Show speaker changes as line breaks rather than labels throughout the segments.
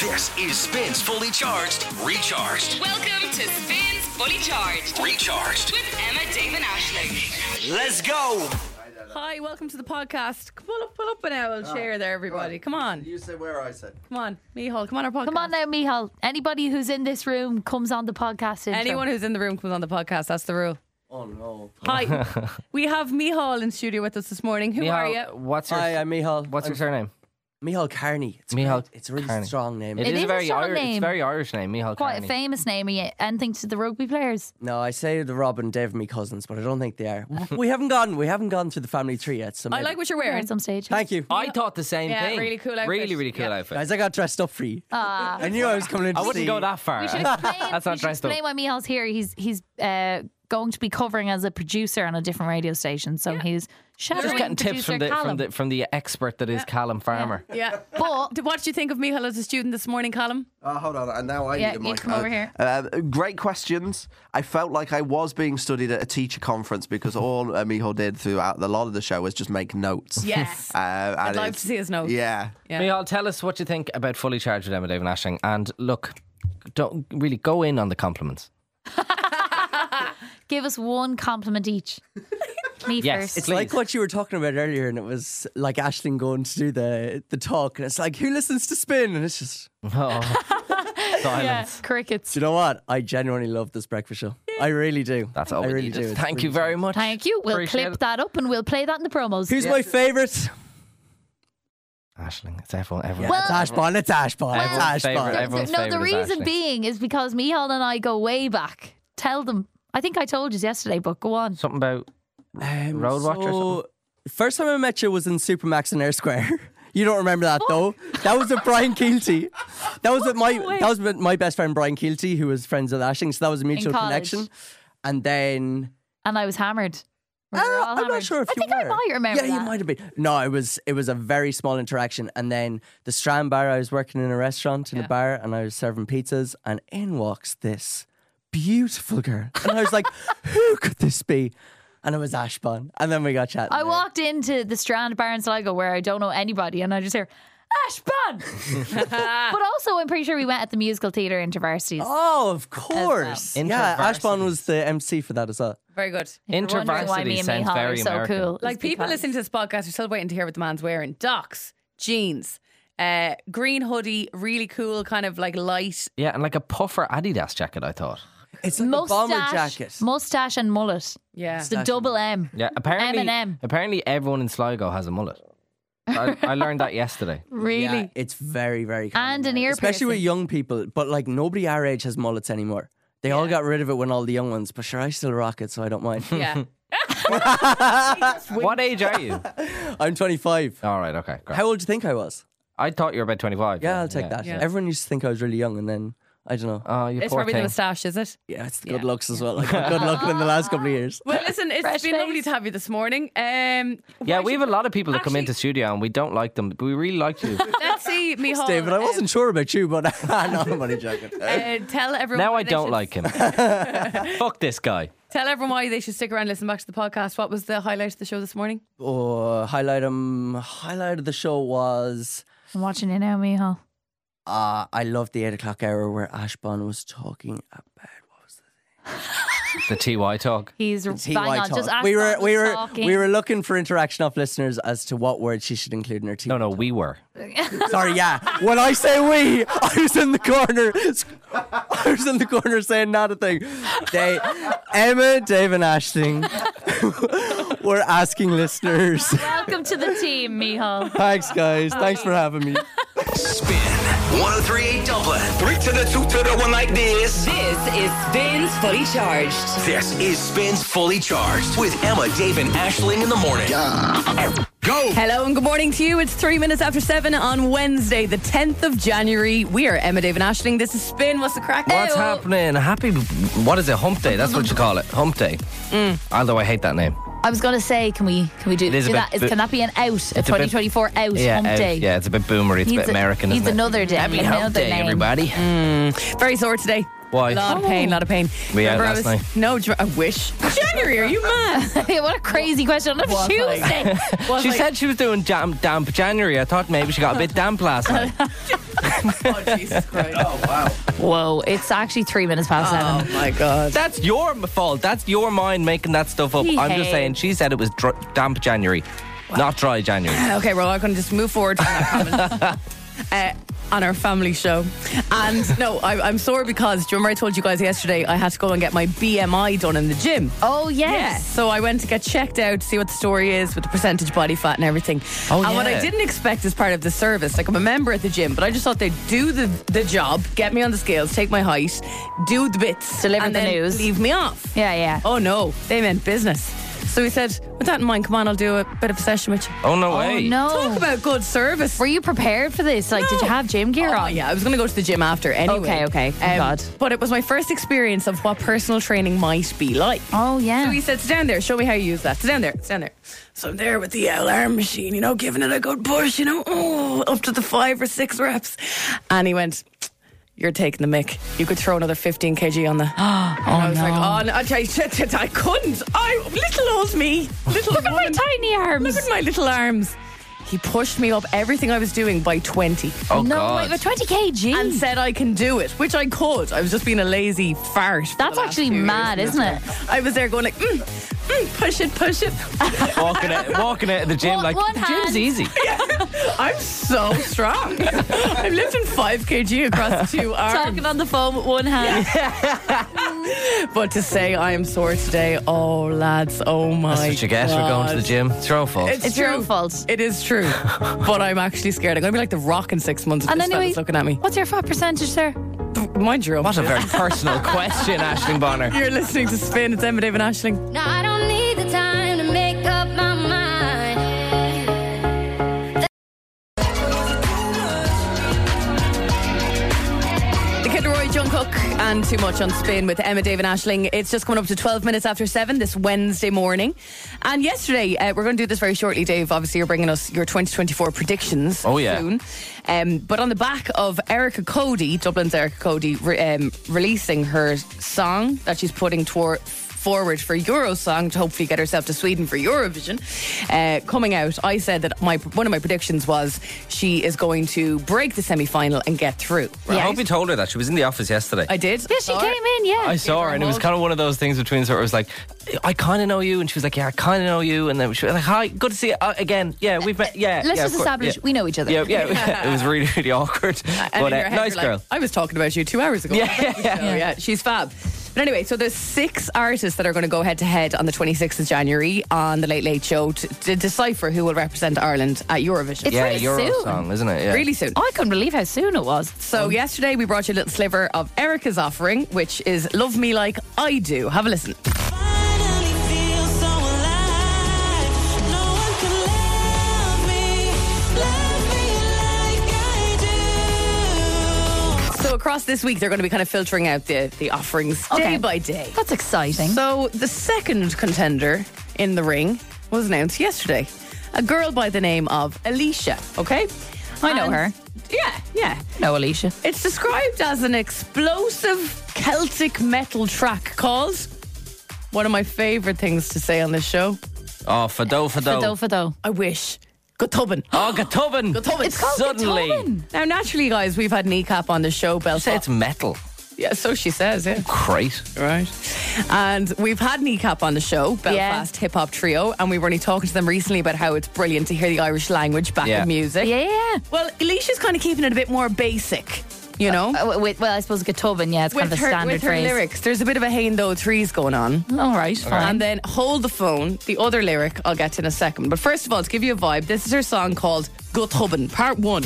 This is Spins Fully Charged, Recharged,
Welcome to Spins Fully Charged
Recharged.
with Emma Damon Ashling.
Let's go.
Hi, welcome to the podcast. Come on up, pull up an owl chair there, everybody. Come on,
You say where I said.
come on, Mihal, come on our podcast.
Come on now, Michal. Anybody who's in this room comes on the podcast. Intro.
Anyone who's in the room comes on the podcast. That's the rule.
Oh no.
Hi, we have Mihal in studio with us this morning. Who
Mihal,
are you?
What's your
Hi, I'm Mihal.
What's
I'm
your surname?
Mihal Carney. It's
Mihal
great. It's a really
Carney.
strong name.
It
is,
is
a
a
very
strong
Irish. It's
name.
a very Irish name. Mihal
quite a
Carney.
famous name. Are you? Anything to the rugby players?
no, I say the Rob and Dave are my cousins, but I don't think they are. we haven't gone. We haven't gone to the family tree yet. So
I
maybe-
like what you're
They're
wearing.
at some stage.
Thank you,
I thought the same
Yeah,
thing.
really cool outfit.
Really, really cool
Yeah.
outfit.
guys. I got dressed up for you.
Ah.
I knew I was coming in. To
I wouldn't
see
go
you.
that far.
We should
eh?
explain,
That's
we
not
should
dressed up.
explain why Michal's here. He's he's uh, going to be covering as a producer on a different radio station. So he's shadowing
Just getting tips
producer
from the
Callum.
from the from the expert that is Callum Farmer.
Yeah.
But
D- What did you think of Mihal as a student this morning, Colin?
Uh, hold on, and now I
Yeah,
need a
you
mic.
come over here.
Uh, great questions. I felt like I was being studied at a teacher conference because all uh, Miho did throughout the lot of the show was just make notes.
Yes.
Uh, and
I'd like
it's-
to see his notes.
Yeah.
Yeah.
Mihal, tell us what you think about fully charged with Emma David Ashing. And look, don't really go in on the compliments.
give us one compliment each. Me
Yes.
first.
It's like what you were talking about earlier, and it was like Ashlyn going to do the the talk, and it's like who listens to Spin, and it's just
Oh, silence.
Crickets.
do you know what? I genuinely love this breakfast show. I really do.
That's all
I
we
really
needed.
do. It's
Thank you
really
very much.
Thank you. We'll
Appreciate
clip
it.
that up and we'll play that in the promos.
Who's my favourite?
Ashling, it's everyone. Everyone.
It's Ashbon. It's Ashbon.
Well-
It's
Everyone's favourite,
Ashbon.
everyone's
no, the
favourite is
reason
Ashling.
being is because Mihal and I go way back. Tell them. I think I told you yesterday, but go on.
Something about
Um,
Road Watch or
so, First time I met you was in Supermax in Air Square. You don't remember that though. That was with Brian Keelty. That was with my that was with my best friend Brian Keelty, who was friends with Ashing. So that was a mutual
college.
connection. And then
And I was hammered. We
uh,
were all
I'm not
hammered.
sure if
I
you
think I
were.
might remember.
Yeah, you
that.
might have been. No, it was it was a very small interaction. And then the Strand Bar. I was working in a restaurant in a bar, and I was serving pizzas. And in walks this beautiful girl, and I was like, "Who could this be?" And it was Ashbon. And then we got chatting.
I
there.
walked into the Strand Bar in Sligo where I don't know anybody, and I just hear Ashburn. but also, I'm pretty sure we went at the musical theatre InterVarsities.
Oh, of course. Yeah, Ashbon
Intervarsities.
was the MC for that as well.
Very good.
If you're wondering why me
InterVarsity
and
sounds
Mihal are
very
so
American.
cool.
Like
it's
people
because-
listening to this podcast are still waiting to hear what the man's wearing: docks, jeans, uh, green hoodie, really cool, kind of like light.
Yeah, and like a puffer Adidas jacket, I thought.
It's like a bomber jacket.
mustache and mullet.
Yeah.
It's the double M.
Yeah, apparently,
M.
apparently everyone in Sligo has a mullet. I, I learned that yesterday.
Really?
Yeah, it's very, very common.
And an
now,
ear
Especially with
piercing.
young people. But like nobody our age has mullets anymore. They all got rid of it when all the young ones, but sure, I still rock it, so I don't mind.
yeah.
What age are you?
I'm 25.
All right, okay. great.
How old do you think I was?
I thought you were about 25.
Yeah, I'll take that.
Yeah.
Everyone used to think I was really young, and then I don't know.
Oh, you
It's
poor
probably
thing.
the moustache, is it?
Yeah, it's the good looks as well. Like, good looking in the last couple of years.
Well, listen, it's
Fresh
been lovely
face.
to have you this morning. Um,
Yeah,
why
we
should-
have a lot of people that come into
Actually-
studio and we don't like them, but we really like you.
Let's see, Mihal.
David, I wasn't sure about you, but no, I'm only Oh, joking.
Uh, tell everyone.
now
why
I
they
don't
should-
like him. Fuck this guy.
Tell everyone why they should stick around and listen back to the podcast. What was the highlight of the show this morning?
Oh, highlight, um, highlight of the show was
I'm watching you now, Mihal.
Uh, I love the eight o'clock hour where Ashbon was talking about.
The TY talk.
He's
TY
bang on. Just
talk.
ask
we were
Donald
we were
talking.
we were looking for interaction of listeners as to what word she should include in her team.
No, no, we were.
Sorry, yeah. When I say we, I was in the corner. I was in the corner saying not a thing. They, Emma, Dave, and Ashling were asking listeners.
Welcome to the team, Mihal.
Thanks, guys. Thanks for having me.
Spin 1038 Dublin. Three to the two to the one like this.
This is Spins Fully Charged.
This is Spins Fully Charged with Emma, Dave, and Ashling in the morning. Go.
Hello and good morning to you. It's three minutes after seven on Wednesday, the 10th of January. We are Emma, Dave, and Ashling. This is Spin. What's the crack?
What's
Hey-o.
happening? Happy, what is it? Hump day. That's what you call it. Hump day. Although I hate that name.
I was going to say, can we can we do,
It is a
do
bit-
that? Is, can that be an out? A
a bit-
2024 out
Yeah,
hump
out.
day?
yeah, it's a bit boomery. It's a
Needs
bit
a-
American.
needs
isn't it?
another day,
Happy
another
hump day,
name.
everybody.
Very sore today.
Why?
A lot of pain, a lot of pain.
We out
Remember I
last
was-
night.
No, dr- I wish. January, are you mad?
what a crazy question on a
Was I?
Tuesday.
She said she was doing jam, damp January. I thought maybe she got a bit damp last night.
oh, Jesus Christ.
Whoa, it's actually three minutes past seven.
Oh, my God.
That's your m- fault. That's your mind making that stuff up.
Hey,
I'm just
hey.
saying. She said it was dr- damp January, not dry January.
Oh.
Okay, well, I'm going to just move forward from that comment. uh, on our family show. And no, I, I'm sore because, do you remember I told you guys yesterday I had to go and get my BMI done in the gym?
Oh,
Yeah.
yes.
So I went to get checked out to see what the story is with the percentage body fat and everything.
Oh,
and what
yeah.
I didn't expect as part of the service, like I'm a member at the gym, but I just thought they'd do the, the job, get me on the scales, take my height, do the bits,
Deliver
and
the
then
news.
leave me off.
Yeah, yeah.
Oh no, they meant business. So he said, with that in mind, come on, I'll do a bit of a session with you.
Oh no
Oh,
way!
no.
Talk about good service.
Were you prepared for this? Like, did you have gym gear
Oh,
on?
yeah, I was going to go to the gym after anyway. Um,
Okay, okay, thank God.
But it was my first experience of what personal training might be like.
Oh, yeah.
So he said, sit down there, show me how you use that. Sit down there, sit down there. So I'm there with the alarm machine, you know, giving it a good push, you know, oh, up to the five or six reps. And he went, you're taking the mick. You could throw another 15 kg on that. and I was
no.
like, oh, no, I, I, I, I couldn't. I, little old me. Little
Look at my
woman.
tiny arms.
Look at my little arms. He pushed me up everything I was doing by 20
Oh
no,
god!
wait, 20 kg.
and said I can do it, which I could. I was just being a lazy fart. for
That's
the last
actually
few years.
mad, isn't it?
I was there going like, mm, mm, push it, push it.
walking out, walking out of the gym
One-
like
one
the gym's
hand.
easy.
I'm so strong. I'm lifting five kg across two arms.
Talking on the phone with one hand.
But to say I am sore today, oh lads, oh my.
That's what you get for going to the
God.
gym. It's your own fault.
It's your
true.
own fault.
It is true, but I'm actually scared. I'm going to be like the Rock in six months. If
And
this
anyway,
fella's looking at me.
What's your fat percentage there?
Mind your own.
What a very personal question, Ashling Bonner.
You're listening to Spin. It's Emma, David, and Ashling.
No, I don't need the time to make up my mind.
The Kid Roy, John Cook, and Too Much on Spin with Emma, David, Ashling. It's just coming up to 12 minutes after 7 this Wednesday morning. And yesterday, uh, we're going to do this very shortly, Dave. Obviously, you're bringing us your 2024 predictions
Oh, yeah.
soon. Um, but on the back of Erica Cody, Dublin's Erica Cody, re- um, releasing her song that she's putting toward. Forward for Eurosong to hopefully get herself to Sweden for Eurovision. Uh, coming out, I said that my one of my predictions was she is going to break the semi final and get through.
I hope you told her that she was in the office yesterday.
Oh, I did.
Yeah, she
Sorry.
came in, yeah.
I saw her, and it was kind of one of those things between us where it was like, I kind of know you, and she was like, Yeah, I kind of know you, and then she was like, Hi, good to see you uh, again. Yeah, we've met. Yeah,
Let's
yeah, of
just
course,
establish
yeah.
we know each other.
Yeah, yeah, it was really, really awkward.
And in
but uh,
your head,
nice
you're like,
girl.
I was talking about you two hours ago.
Yeah,
yeah, yeah. She's fab. But anyway, so there's six artists that are going to go head to head on the 26th of January on the Late Late Show to, to decipher who will represent Ireland at Eurovision.
It's
yeah,
really
Euro
soon.
song, isn't it? Yeah.
really soon.
I couldn't believe how soon it was.
So yesterday we brought you a little sliver of Erica's offering, which is "Love Me Like I Do." Have a listen.
Finally feel so alive. No one can love me, love me like I do.
So across this week, they're going to be kind of filtering out the the offerings day
Okay.
by day.
That's exciting.
So the second contender in the ring was announced yesterday. A girl by the name of Alicia, okay?
I know her.
Yeah, yeah.
No, Alicia.
It's described as an explosive Celtic metal track called one of my favorite things to say on this show.
Oh, Fado
Fado
Fado.
Fado.
I wish. Gutubin.
Oh, Gatubin.
Gatubin. It's
called
Suddenly.
Gatubin.
Now, naturally, guys, we've had kneecap on the show, Belfast.
Say it's metal.
yeah, so she says, yeah.
Great.
Right. And we've had Kneecap on the show, Belfast hip hop trio, and we were only talking to them recently about how it's brilliant to hear the Irish language back
Yeah.
in music.
Yeah, yeah,
Well, Alicia's kind of keeping it a bit more basic, you know?
yeah. Oh, wait, well, I suppose Gatobin, yeah, it's kind of a
her,
standard
with her
phrase.
lyrics, there's a bit of a hey and though threes going on.
All right, fine.
And then Hold the Phone, the other lyric I'll get to in a second. But first of all, to give you a vibe, this is her song called Gut Hubben, part one.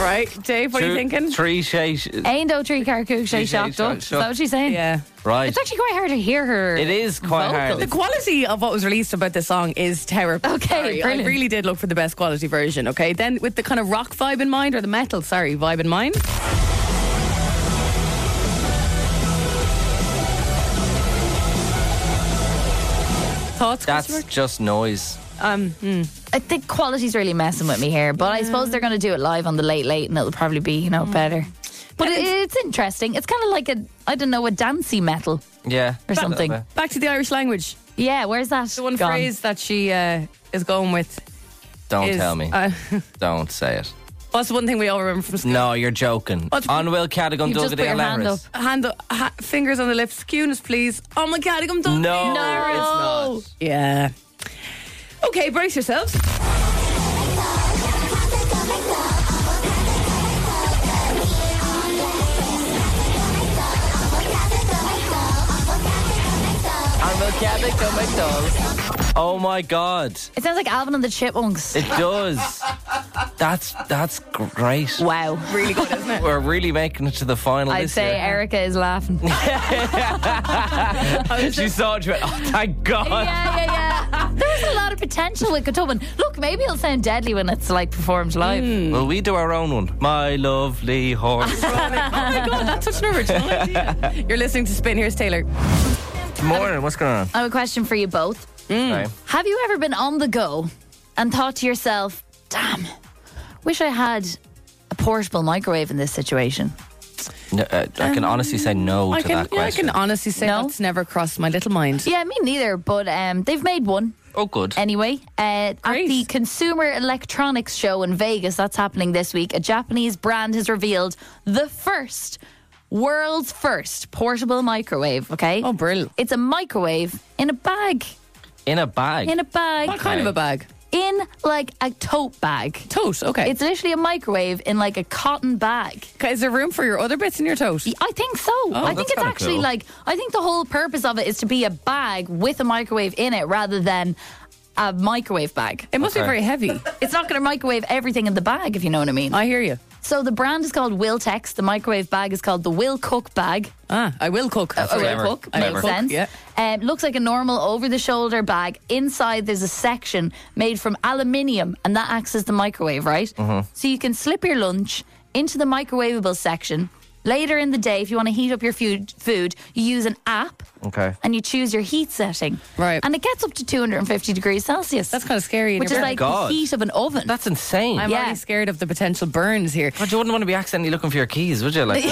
Right, Dave, what are you
Two-
thinking?
Three shades.
Ain't no tree carcook, she
She's
shocked up. Is
shocked up.
that what she's saying?
Yeah.
Right.
It's actually quite hard to hear her.
It is quite hard.
The
vocals.
quality of what was released about this song is terrible.
Okay,
sorry. I
brilliant.
really did look for the best quality version. Okay, then with the kind of rock vibe in mind, or the metal, sorry, vibe in mind. thoughts, Chris
That's
Rourke?
just noise.
I think Uh, quality's really messing with me here, but I suppose they're going to do it live on the late late, and it'll probably be you know
Mm.
better. But it, it's interesting. It's kind of like a I don't know a dancey metal
Yeah.
or something.
Back to the Irish language.
Yeah, where's that?
The one
gone?
phrase that she uh, is going with
Don't
is.
tell me.
uh,
Don't say it.
what's the one thing we all remember from school?
No, you're joking.
What's-
On Will Cadigan
You've just put
Duggan
your hand up.
Hand o- ha- fingers on the lips. Cunis, please. Oh my God, I'm done.
No,
No.
it's
Yeah. Okay, brace yourselves. Oh
not. On Will Cadigan McDonald's. Oh my god.
It sounds like Alvin and the Chipmunks.
It does. that's that's great.
wow.
Really good, isn't it?
We're really making it to the final.
I'd
this
say
year.
Erica is laughing. yeah,
She saw it. she went, Oh, thank God.
yeah, yeah. There's a lot of potential with Cotobin. Look, maybe it'll sound deadly when it's like performed live.
Hmm.
Well, we do our own one. My lovely horse.
That's such an original idea. You're listening to Spin. Here's Taylor.
Morning. What's going on?
I have a question for you both.
Okay.
Have you ever been on the go and thought to yourself, damn, wish I had a portable microwave in this situation?
No, uh, I can honestly say
Um,
no
I
to
can,
that
yeah, I
question.
can honestly say
No?
that's never crossed my little mind.
Yeah, me neither, but um, they've made one.
oh, good.
Anyway, uh, at
Great.
the Consumer Electronics Show in Vegas, that's happening this week, a Japanese brand has revealed the first, world's first portable microwave, okay?
Oh, brilliant.
It's a microwave in a bag.
In a bag.
In a bag.
What kind of a bag?
In like a tote bag.
Tote. Okay.
It's literally a microwave in like a cotton bag.
is there room for your other bits in your tote?
I think so.
Oh,
I think
that's
it's
kinda
actually
cool.
like I think the whole purpose of it is to be a bag with a microwave in it rather than a microwave bag.
It must be
Okay.
very heavy.
It's not going to microwave everything in the bag if you know what I mean.
I hear you.
so the brand is called Wiltex. The microwave bag is called the Will Cook bag.
Ah, I will cook.
a
clever.
real cook.
I will
Makes
cook,
sense.
Yeah.
Um, looks like a normal over the shoulder bag. Inside, there's a section made from aluminium, and that acts as the microwave, right?
Uh-huh.
So you can slip your lunch into the microwavable section. Later in the day, if you want to heat up your food, food you use an app
Okay.
and you choose your heat setting.
Oh. Right.
And it gets up to 250 degrees Celsius.
That's kind of scary. in
Which
your
is
brain.
like
God.
the heat of an oven.
That's insane.
I'm
yeah.
already scared of the potential burns here.
God, you wouldn't want to be accidentally looking for your keys, would you? Like,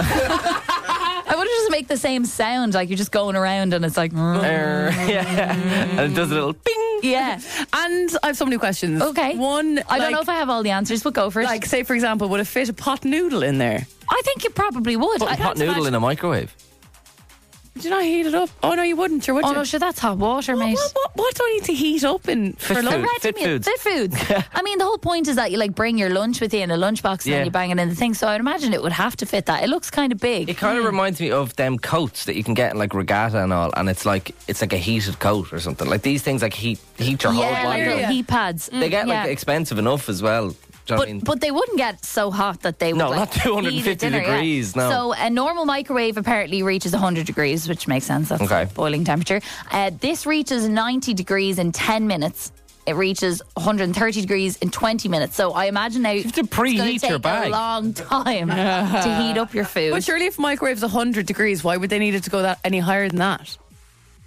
I want to just make the same sound, like you're just going around and it's like,
er, yeah. And it does a little ping.
yeah.
And I have so many questions.
Okay.
One.
I don't know if I have all the answers, but go for it.
Like, say for example, would it fit a pot noodle in there?
I think you probably would.
Put
I
a hot
can't
noodle
imagine-
in a microwave.
Would you not heat it up? Oh no, you wouldn't. Sure, would
Oh
you?
no, sure, that's hot water,
what,
mate.
what, what, what do I need to heat up in for
Fit
lunch?
food.
Imagine
Fit
me-
foods.
Fit foods. I mean, the whole point is that you like bring your lunch with you in a lunchbox and
Yeah.
then you bang it in the thing. So I'd imagine it would have to fit that. It looks kind of big.
It kind of reminds me of them coats that you can get in like regatta and all, and it's like it's like a heated coat or something. Like these things, like heat heat your whole
yeah, like
body.
little
Yeah.
heat pads.
They get like
yeah.
expensive enough as well. Do you know what I mean?
But, but they wouldn't get so hot that they would
No,
like,
not 250
heat a dinner, yeah.
degrees, no.
So a normal microwave apparently reaches 100 degrees, which makes sense. That's
Okay.
like boiling temperature. Uh, this reaches 90 degrees in 10 minutes. It reaches 130 degrees in 20 minutes. So I imagine now you
have to preheat your
A
bag.
long time to heat up your food.
But surely, if microwave's hundred degrees, why would they need it to go that any higher than that?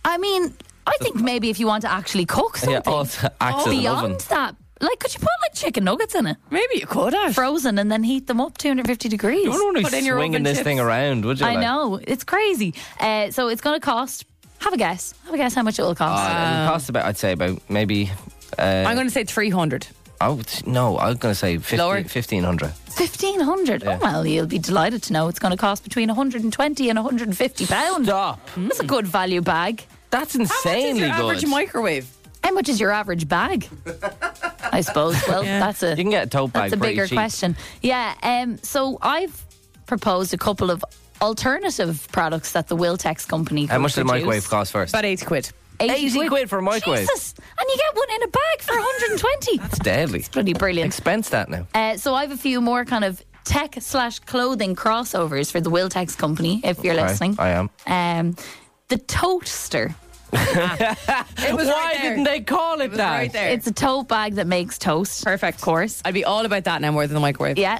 I mean, I think maybe if you want to actually cook something
yeah, oh, it's acts as an
beyond
oven.
that, like could you put like chicken nuggets in it,
Maybe you could have.
frozen, and then heat them up 250 degrees?
You wouldn't want
Put
to
in
be
your
swinging
oven
this
chips.
thing around, would you?
I
like?
know it's crazy. Uh, so it's going to cost. Have a guess. Have a guess how much it will
Uh,
cost.
it would cost about, I'd say about maybe.
I'm going to say three hundred.
I would, no, I was going to say 50,
Lower?
1500.
Fifteen hundred. Oh well, you'll be delighted to know it's going to cost between one hundred and twenty and one hundred and fifty pounds.
Stop.
That's a good value bag.
That's
What is
insanely
your average
good.
microwave?
How much is your average bag? I suppose. Well, that's a
you can get a tote bag
that's a
pretty
bigger
cheap.
question. Yeah. Um. So I've proposed a couple of alternative products that the Wiltex company.
How
could
much did the
produce.
microwave cost first?
About eighty quid.
80 quid for a microwave.
Jesus, and you get one in a bag for one hundred and twenty.
It's deadly.
Bloody brilliant.
Expense that now.
Uh, so I have a few more kind of tech slash clothing crossovers for the Wiltex company, if you're
Okay,
listening.
I am.
Um, the toaster.
It was
Why
right there.
didn't they call it,
It was
that?
right there.
It's a tote bag that makes toast.
Perfect.
Of course.
I'd be all about that now more than the microwave.
Yeah.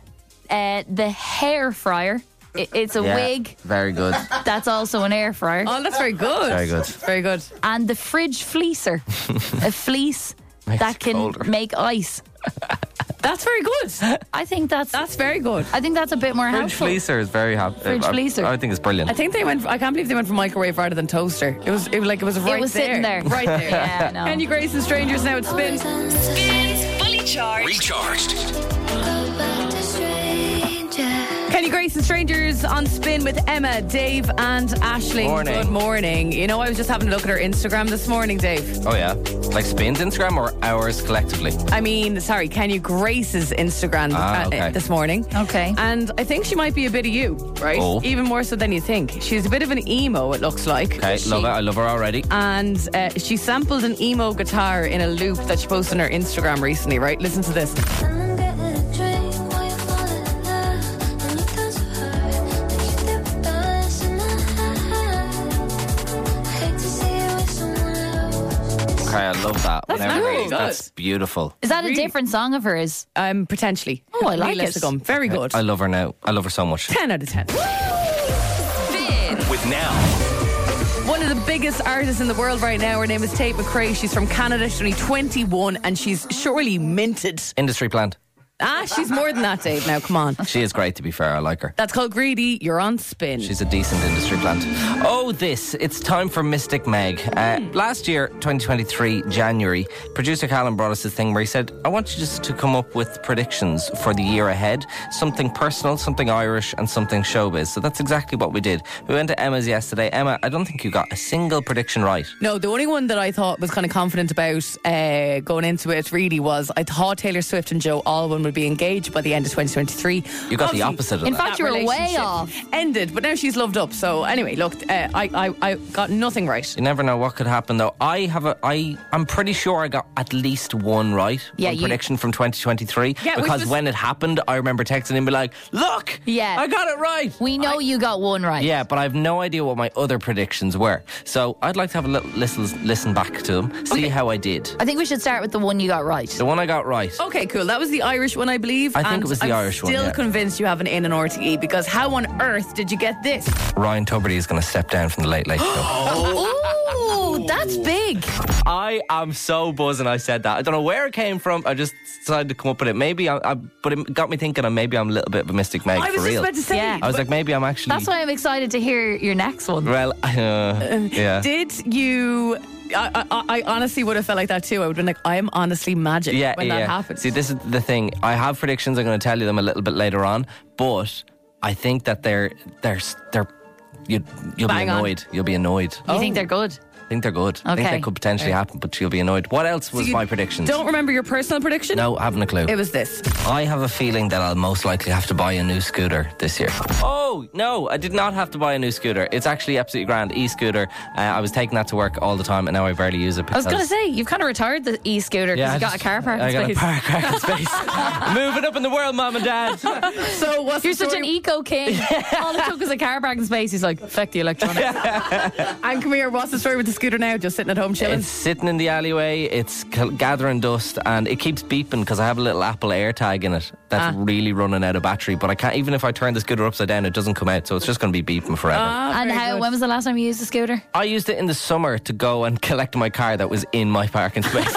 Uh, the hair fryer. I- It's a
Yeah,
wig.
Very good.
That's also an air fryer.
Oh, that's very good.
Very good.
Very good.
and the fridge fleecer, a fleece that
it
can
colder.
make ice.
That's very good.
I think that's,
That's very good.
I think that's a bit more
Fridge
helpful.
fleecer is very happy.
Fridge fleecer.
I think it's
I
brilliant.
think they went. I can't believe they went for microwave rather than toaster. It was. It was like it was right
was
there.
sitting there.
Right there.
Yeah, I know.
Kenny Grace and strangers now it spins.
Spins Fully Charged.
Recharged.
Kenny Grace and Strangers on spin with Emma, Dave, and Ashley.
Morning.
Good morning. You know, I was just having a look at her Instagram this morning, Dave.
Oh yeah, like Spain's Instagram or ours collectively.
I mean, sorry, Kenny Grace's Instagram
Ah,
uh,
okay.
this morning.
Okay.
And I think she might be a bit of you, right?
Oh.
Even more so than you think. She's a bit of an emo, it looks like.
Okay,
She-
love it. I love her already.
And uh, she sampled an emo guitar in a loop that she posted on her Instagram recently, right? Listen to this.
Okay, I love that. That's,
really good.
That's beautiful.
Is that a
Really?
different song of hers?
Um, potentially.
Oh, I like
Needless
it.
to come. Very good.
I love her now. I love her so much.
10 out of 10.
With now,
One of the biggest artists in the world right now. Her name is Tate McRae. She's from Canada. She's only 21 and she's surely minted.
Industry plant.
Ah, she's more than that, Dave. Now, come on.
She is great. To be fair, I like her.
That's called Greedy. You're on spin.
She's a decent industry plant. Oh, this. It's time for Mystic Meg. Uh, last year, 2023, January, producer Callum brought us this thing where he said, I want you just to come up with predictions for the year ahead something personal, something Irish, and something showbiz. So that's exactly what we did. We went to Emma's yesterday. Emma, I don't think you got a single prediction right.
no, the only one that I thought was kind of confident about uh, going into it really was I thought Taylor Swift and Joe Alwyn would be engaged by the end of 2023.
You got the opposite of
in
that.
fact- you were way
relationship
off.
Ended, but now she's loved up. So anyway, look, uh, I, I I got nothing right.
you never know what could happen, though. I have a, I, I'm pretty sure I got at least one right.
Yeah,
one
you-
prediction from 2023.
Yeah, which
because
was-
when it happened, I remember texting him and be like, "Look,
Yeah.
I got it right."
We know you got one right.
Yeah, but I have no idea what my other predictions were. So I'd like to have a little listen, listen back to them, see how I did.
I think we should start with the one you got right.
The one I got right.
Okay, cool. That was the Irish one, I believe.
I think
and
it was the
I'm
Irish one,
Still
yeah.
convinced you have an in and RTE because how on earth did you get this?
Ryan Tuberty is going to step down from the Late Late Show.
Ooh, that's big.
I am so buzzing I said that. I don't know where it came from. I just decided to come up with it. Maybe I, I but it got me thinking and maybe I'm a little bit of a Mystic Meg
I
for
was just
real.
about to say.
Yeah.
I was like, maybe I'm actually.
That's why I'm excited to hear your next one.
Well, uh, yeah.
um, Did you? I, I, I honestly would have felt like that too. I would have been like, I am honestly magic
yeah,
when
yeah.
that happens.
See, this is the thing. I have predictions. I'm going to tell you them a little bit later on, but I think that they're they're they're you you'll
Bang
be
on. Oh.
annoyed. You'll be annoyed.
You think they're good?
I think they're good. I think
Okay.
they could potentially happen, but you'll be annoyed. What else was
You
my predictions?
Don't remember your personal prediction?
no, haven't a clue.
It was this.
I have a feeling that I'll most likely have to buy a new scooter this year. Oh, no, I did not have to buy a new scooter. It's actually absolutely grand e scooter. Uh, I was taking that to work all the time and now I barely use it.
I was
Because
going to say, you've kind of retired the e scooter because
I
you got
just-
a car parking
I got
space.
a par- parking space. Moving up in the world, mom and dad.
So what's
You're
the
such an e-
story-
eco king. All it took was a car parking space. He's like, fuck the electronics.
And come here. What's the story with the scooter now? Just sitting at home chilling.
It's sitting in the alleyway. It's c- gathering dust, and it keeps beeping because I have a little Apple AirTag in it
Ah.
that's really running out of battery. But I can't even if I turn the scooter upside down, it doesn't come out. So it's just going to be beeping forever.
and
very
how,
good.
when was the last time you used a scooter?
I used it in the summer to go and collect my car that was in my parking space.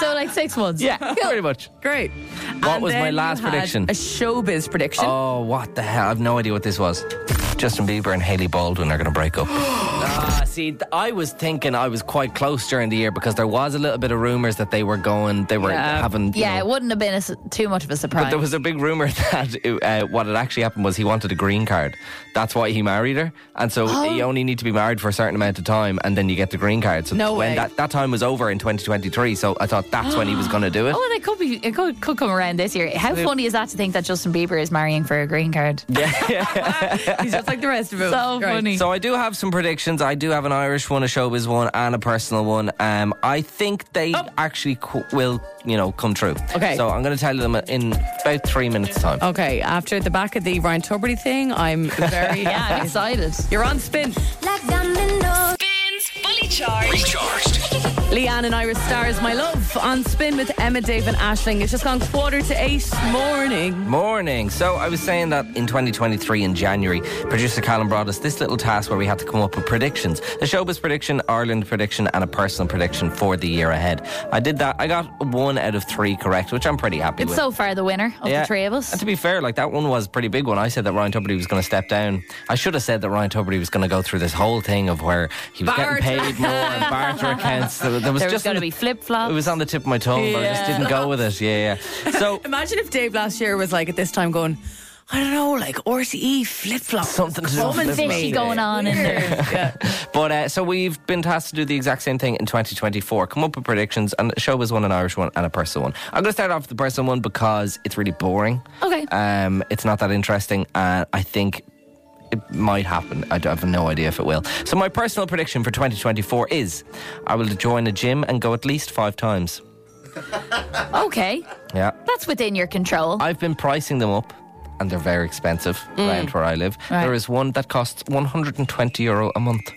So, like six months.
yeah, pretty much.
Great.
What
And
was
then
my
you
last
had
prediction?
A showbiz prediction.
Oh, what the hell? I've no idea what this was. Justin Bieber and Haley Baldwin are going to break up. ah, see, th- I was thinking I was quite close during the year because there was a little bit of rumors that they were going, they were
Yeah.
having. you
Yeah,
know,
it wouldn't have been a s too much of a surprise.
There was a big rumor that it, uh, what had actually happened was he wanted a green card. That's why he married her, and so you
Oh.
only need to be married for a certain amount of time, and then you get the green card. So
No
when
way.
that that time was over in 2023, so I thought that's when he was going to do it.
Oh, and it could be. It could, could come around this year. How funny is that to think that Justin Bieber is marrying for a green card?
He's just like the rest of us.
So
Great.
funny.
So I do have some predictions. I do have an Irish one, a showbiz one, and a personal one. Um, I think they
Oh.
actually qu- will, you know, come true.
Okay. Oh.
So I'm going to tell you them in about three minutes' time.
Okay, after the back of the Ryan Tuberty thing, I'm very.
Yeah, I'm excited.
You're on spin.
Spins Fully Charged.
recharged.
Leanne and Iris Stars, my love. off on Spin with Emma, Dave, and Ashling. It's just gone quarter to eight morning.
Morning. So I was saying that in 2023 in January, producer Callum brought us this little task where we had to come up with predictions: a showbiz prediction, Ireland prediction, and a personal prediction for the year ahead. I did that. I got one out of three correct, which I'm pretty happy
It's
with.
so far the winner of the three of us.
And to be fair, like that one was a pretty big one. I said that Ryan Tuberty was going to step down. I should have said that Ryan Tuberty was going to go through this whole thing of where he was
Barter.
getting paid more and barter accounts. There, there was
There was
just
going to
on the-
be flip flops.
It was on the tip of my tongue, but I just
Yeah.
didn't go with it. Yeah, yeah. So
Imagine if Dave last year was like at this time going, I don't know, like E RTE flip flop.
Something to do with
Something
flip-flops.
fishy going on in there.
But uh, so we've been tasked to do the exact same thing in 2024. Come up with predictions, and show was one, an Irish one, and a personal one. I'm going to start off with the personal one because it's really boring.
Okay.
Um, it's not that interesting, and I think it might happen. I d- I have no idea if it will. So my personal prediction for 2024 is I will join a gym and go at least five times.
Okay,
Yeah.
that's within your control.
I've been pricing them up. And they're very expensive around where I live.
Right.
There is one that costs 120 euro a month.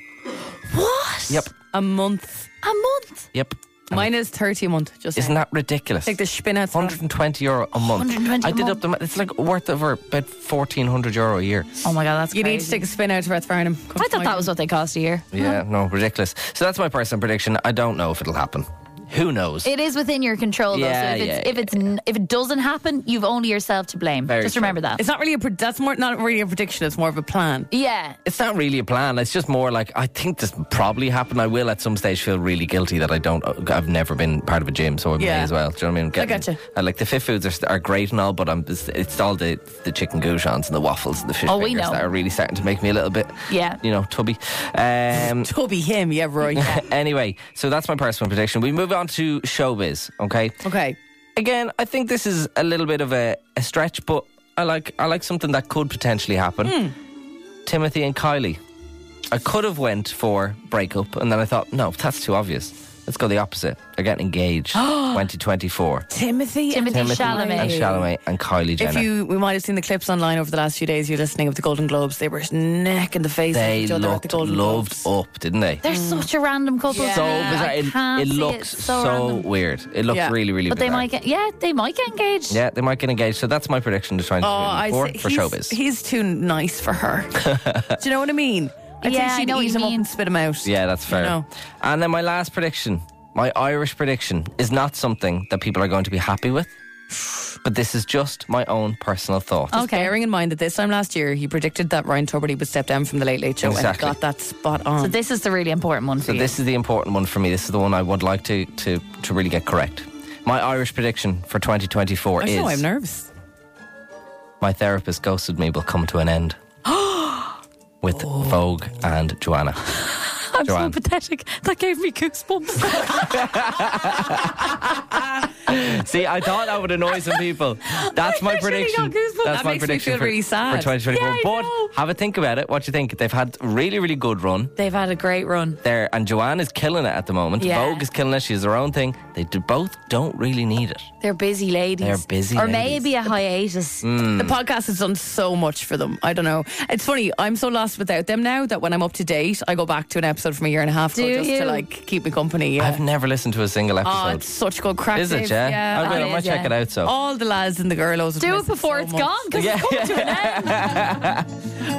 what?
Yep,
A month.
A month.
yep.
Mine is 30 a month, just
Isn't
saying.
that ridiculous?
Like the spin outs.
120 euro a month.
120
I
a
did
month.
up the ma- it's like worth over about 1400 euro a year.
Oh my god, that's
You need to
crazy.
take a spin out to Rath Farnham.
I thought that was what they cost a year.
Yeah, no, ridiculous. So that's my personal prediction. I don't know if it'll happen. Who knows?
It is within your control though.
Yeah,
so if it's
yeah,
if it's n if it doesn't happen, you've only yourself to blame.
Very
Just
true.
remember that.
It's not really a. Pre- that's more not really a prediction. It's more of a plan.
yeah.
it's not really a plan. It's just more like I think this will probably happen. I will at some stage feel really guilty that I don't. I've never been part of a gym, so I may
Yeah.
as well. Do you know what I mean?
gotcha.
uh, like the fit foods are, are great and all, but I'm it's, it's all the the chicken goujons and the waffles and the fish
Oh, we
fingers
know.
that are really starting to make me a little bit.
Yeah.
you know, tubby. Um,
Toby him, yeah, right.
anyway, so that's my personal prediction. We move on to showbiz. Okay.
okay.
Again, I think this is a little bit of a, a stretch, but I like I like something that could potentially happen. Timothy and Kylie. I could have went for breakup, and then I thought, no, that's too obvious. Let's go the opposite. They're getting engaged. 2024.
Timothy.
Timothy
and
Chalamet.
And Chalamet and Kylie Jenner.
If you, we might have seen the clips online over the last few days. You're listening of the Golden Globes. They were neck in the face of
they
each other at
looked
the Golden
loved
Globes.
up, didn't they?
They're Mm. such a random couple.
Yeah.
to
So
me.
bizarre.
I
It,
can't
it
see
looks
It's
so,
random.
weird. It looks
Yeah.
really, really
But they
bizarre.
might get yeah, they might get engaged.
Yeah, they might get engaged. So that's my prediction to
Oh, I
2024
say-
for
he's,
showbiz.
He's too nice for her. Do you know what I mean? I
Yeah, I
think she'd
know what
eat
you
him up
mean.
and spit him out.
yeah, that's fair.
know.
And then my last prediction, my Irish prediction, is not something that people are going to be happy with. But this is just my own personal thought.
Okay.
Bearing in mind that this time last year, he predicted that Ryan Tuberty would step down from the Late Late Show and he
Exactly.
got that spot on.
So this is the really important one for
So
you.
this is the important one for me. This is the one I would like to to, to really get correct. My Irish prediction for 2024
I know I'm
is
nervous.
my therapist ghosted me will come to an end. With Vogue and Joanna.
I'm
Joanne.
so pathetic. That gave me goosebumps.
See, I thought I would annoy some people. That's my
I literally
prediction.
got goosebumps.
That's
That
my
makes me
prediction
feel
for,
really sad.
for 2024.
Yeah, I
but
know.
have a think about it. What do you think? They've had a really, really good run
They've had a great run.
there, and Joanne is killing it at the moment.
Yeah.
Vogue is killing it. She has her own thing. They do, both don't really need it.
They're busy ladies. Mm.
They're busy
Or
ladies.
maybe a hiatus.
The podcast has done so much for them. I don't know. It's funny. I'm so lost without them now that when I'm up to date, I go back to an episode from a year and a half ago
Do
just
you?
to like keep me company. Yeah.
I've never listened to a single
Oh,
episode.
it's such good crack.
is it,
Dave.
yeah?
yeah.
I'm going
it
I might
is,
check
yeah. Oh,
it out, so.
All the lads and the girls.
Do it before it's
it's
gone because
Yeah.
it's coming to an end.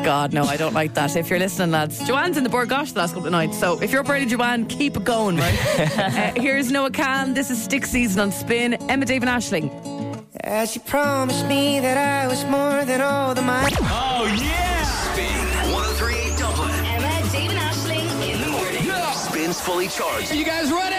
God, no, I don't like that. If you're listening, lads, Joanne's in the Borgosh the last couple of nights. So if you're up early, Joanne, keep it going, right? uh, here's Noah Khan. This is Stick Season on Spin. Emma, Dave, and Ashling.
As you Uh, promised me that I was more than all the my
Oh, yeah! Spin 1038 Dublin.
Emma, Dave, and Ashling in the morning.
Spins Fully Charged. Are you guys ready?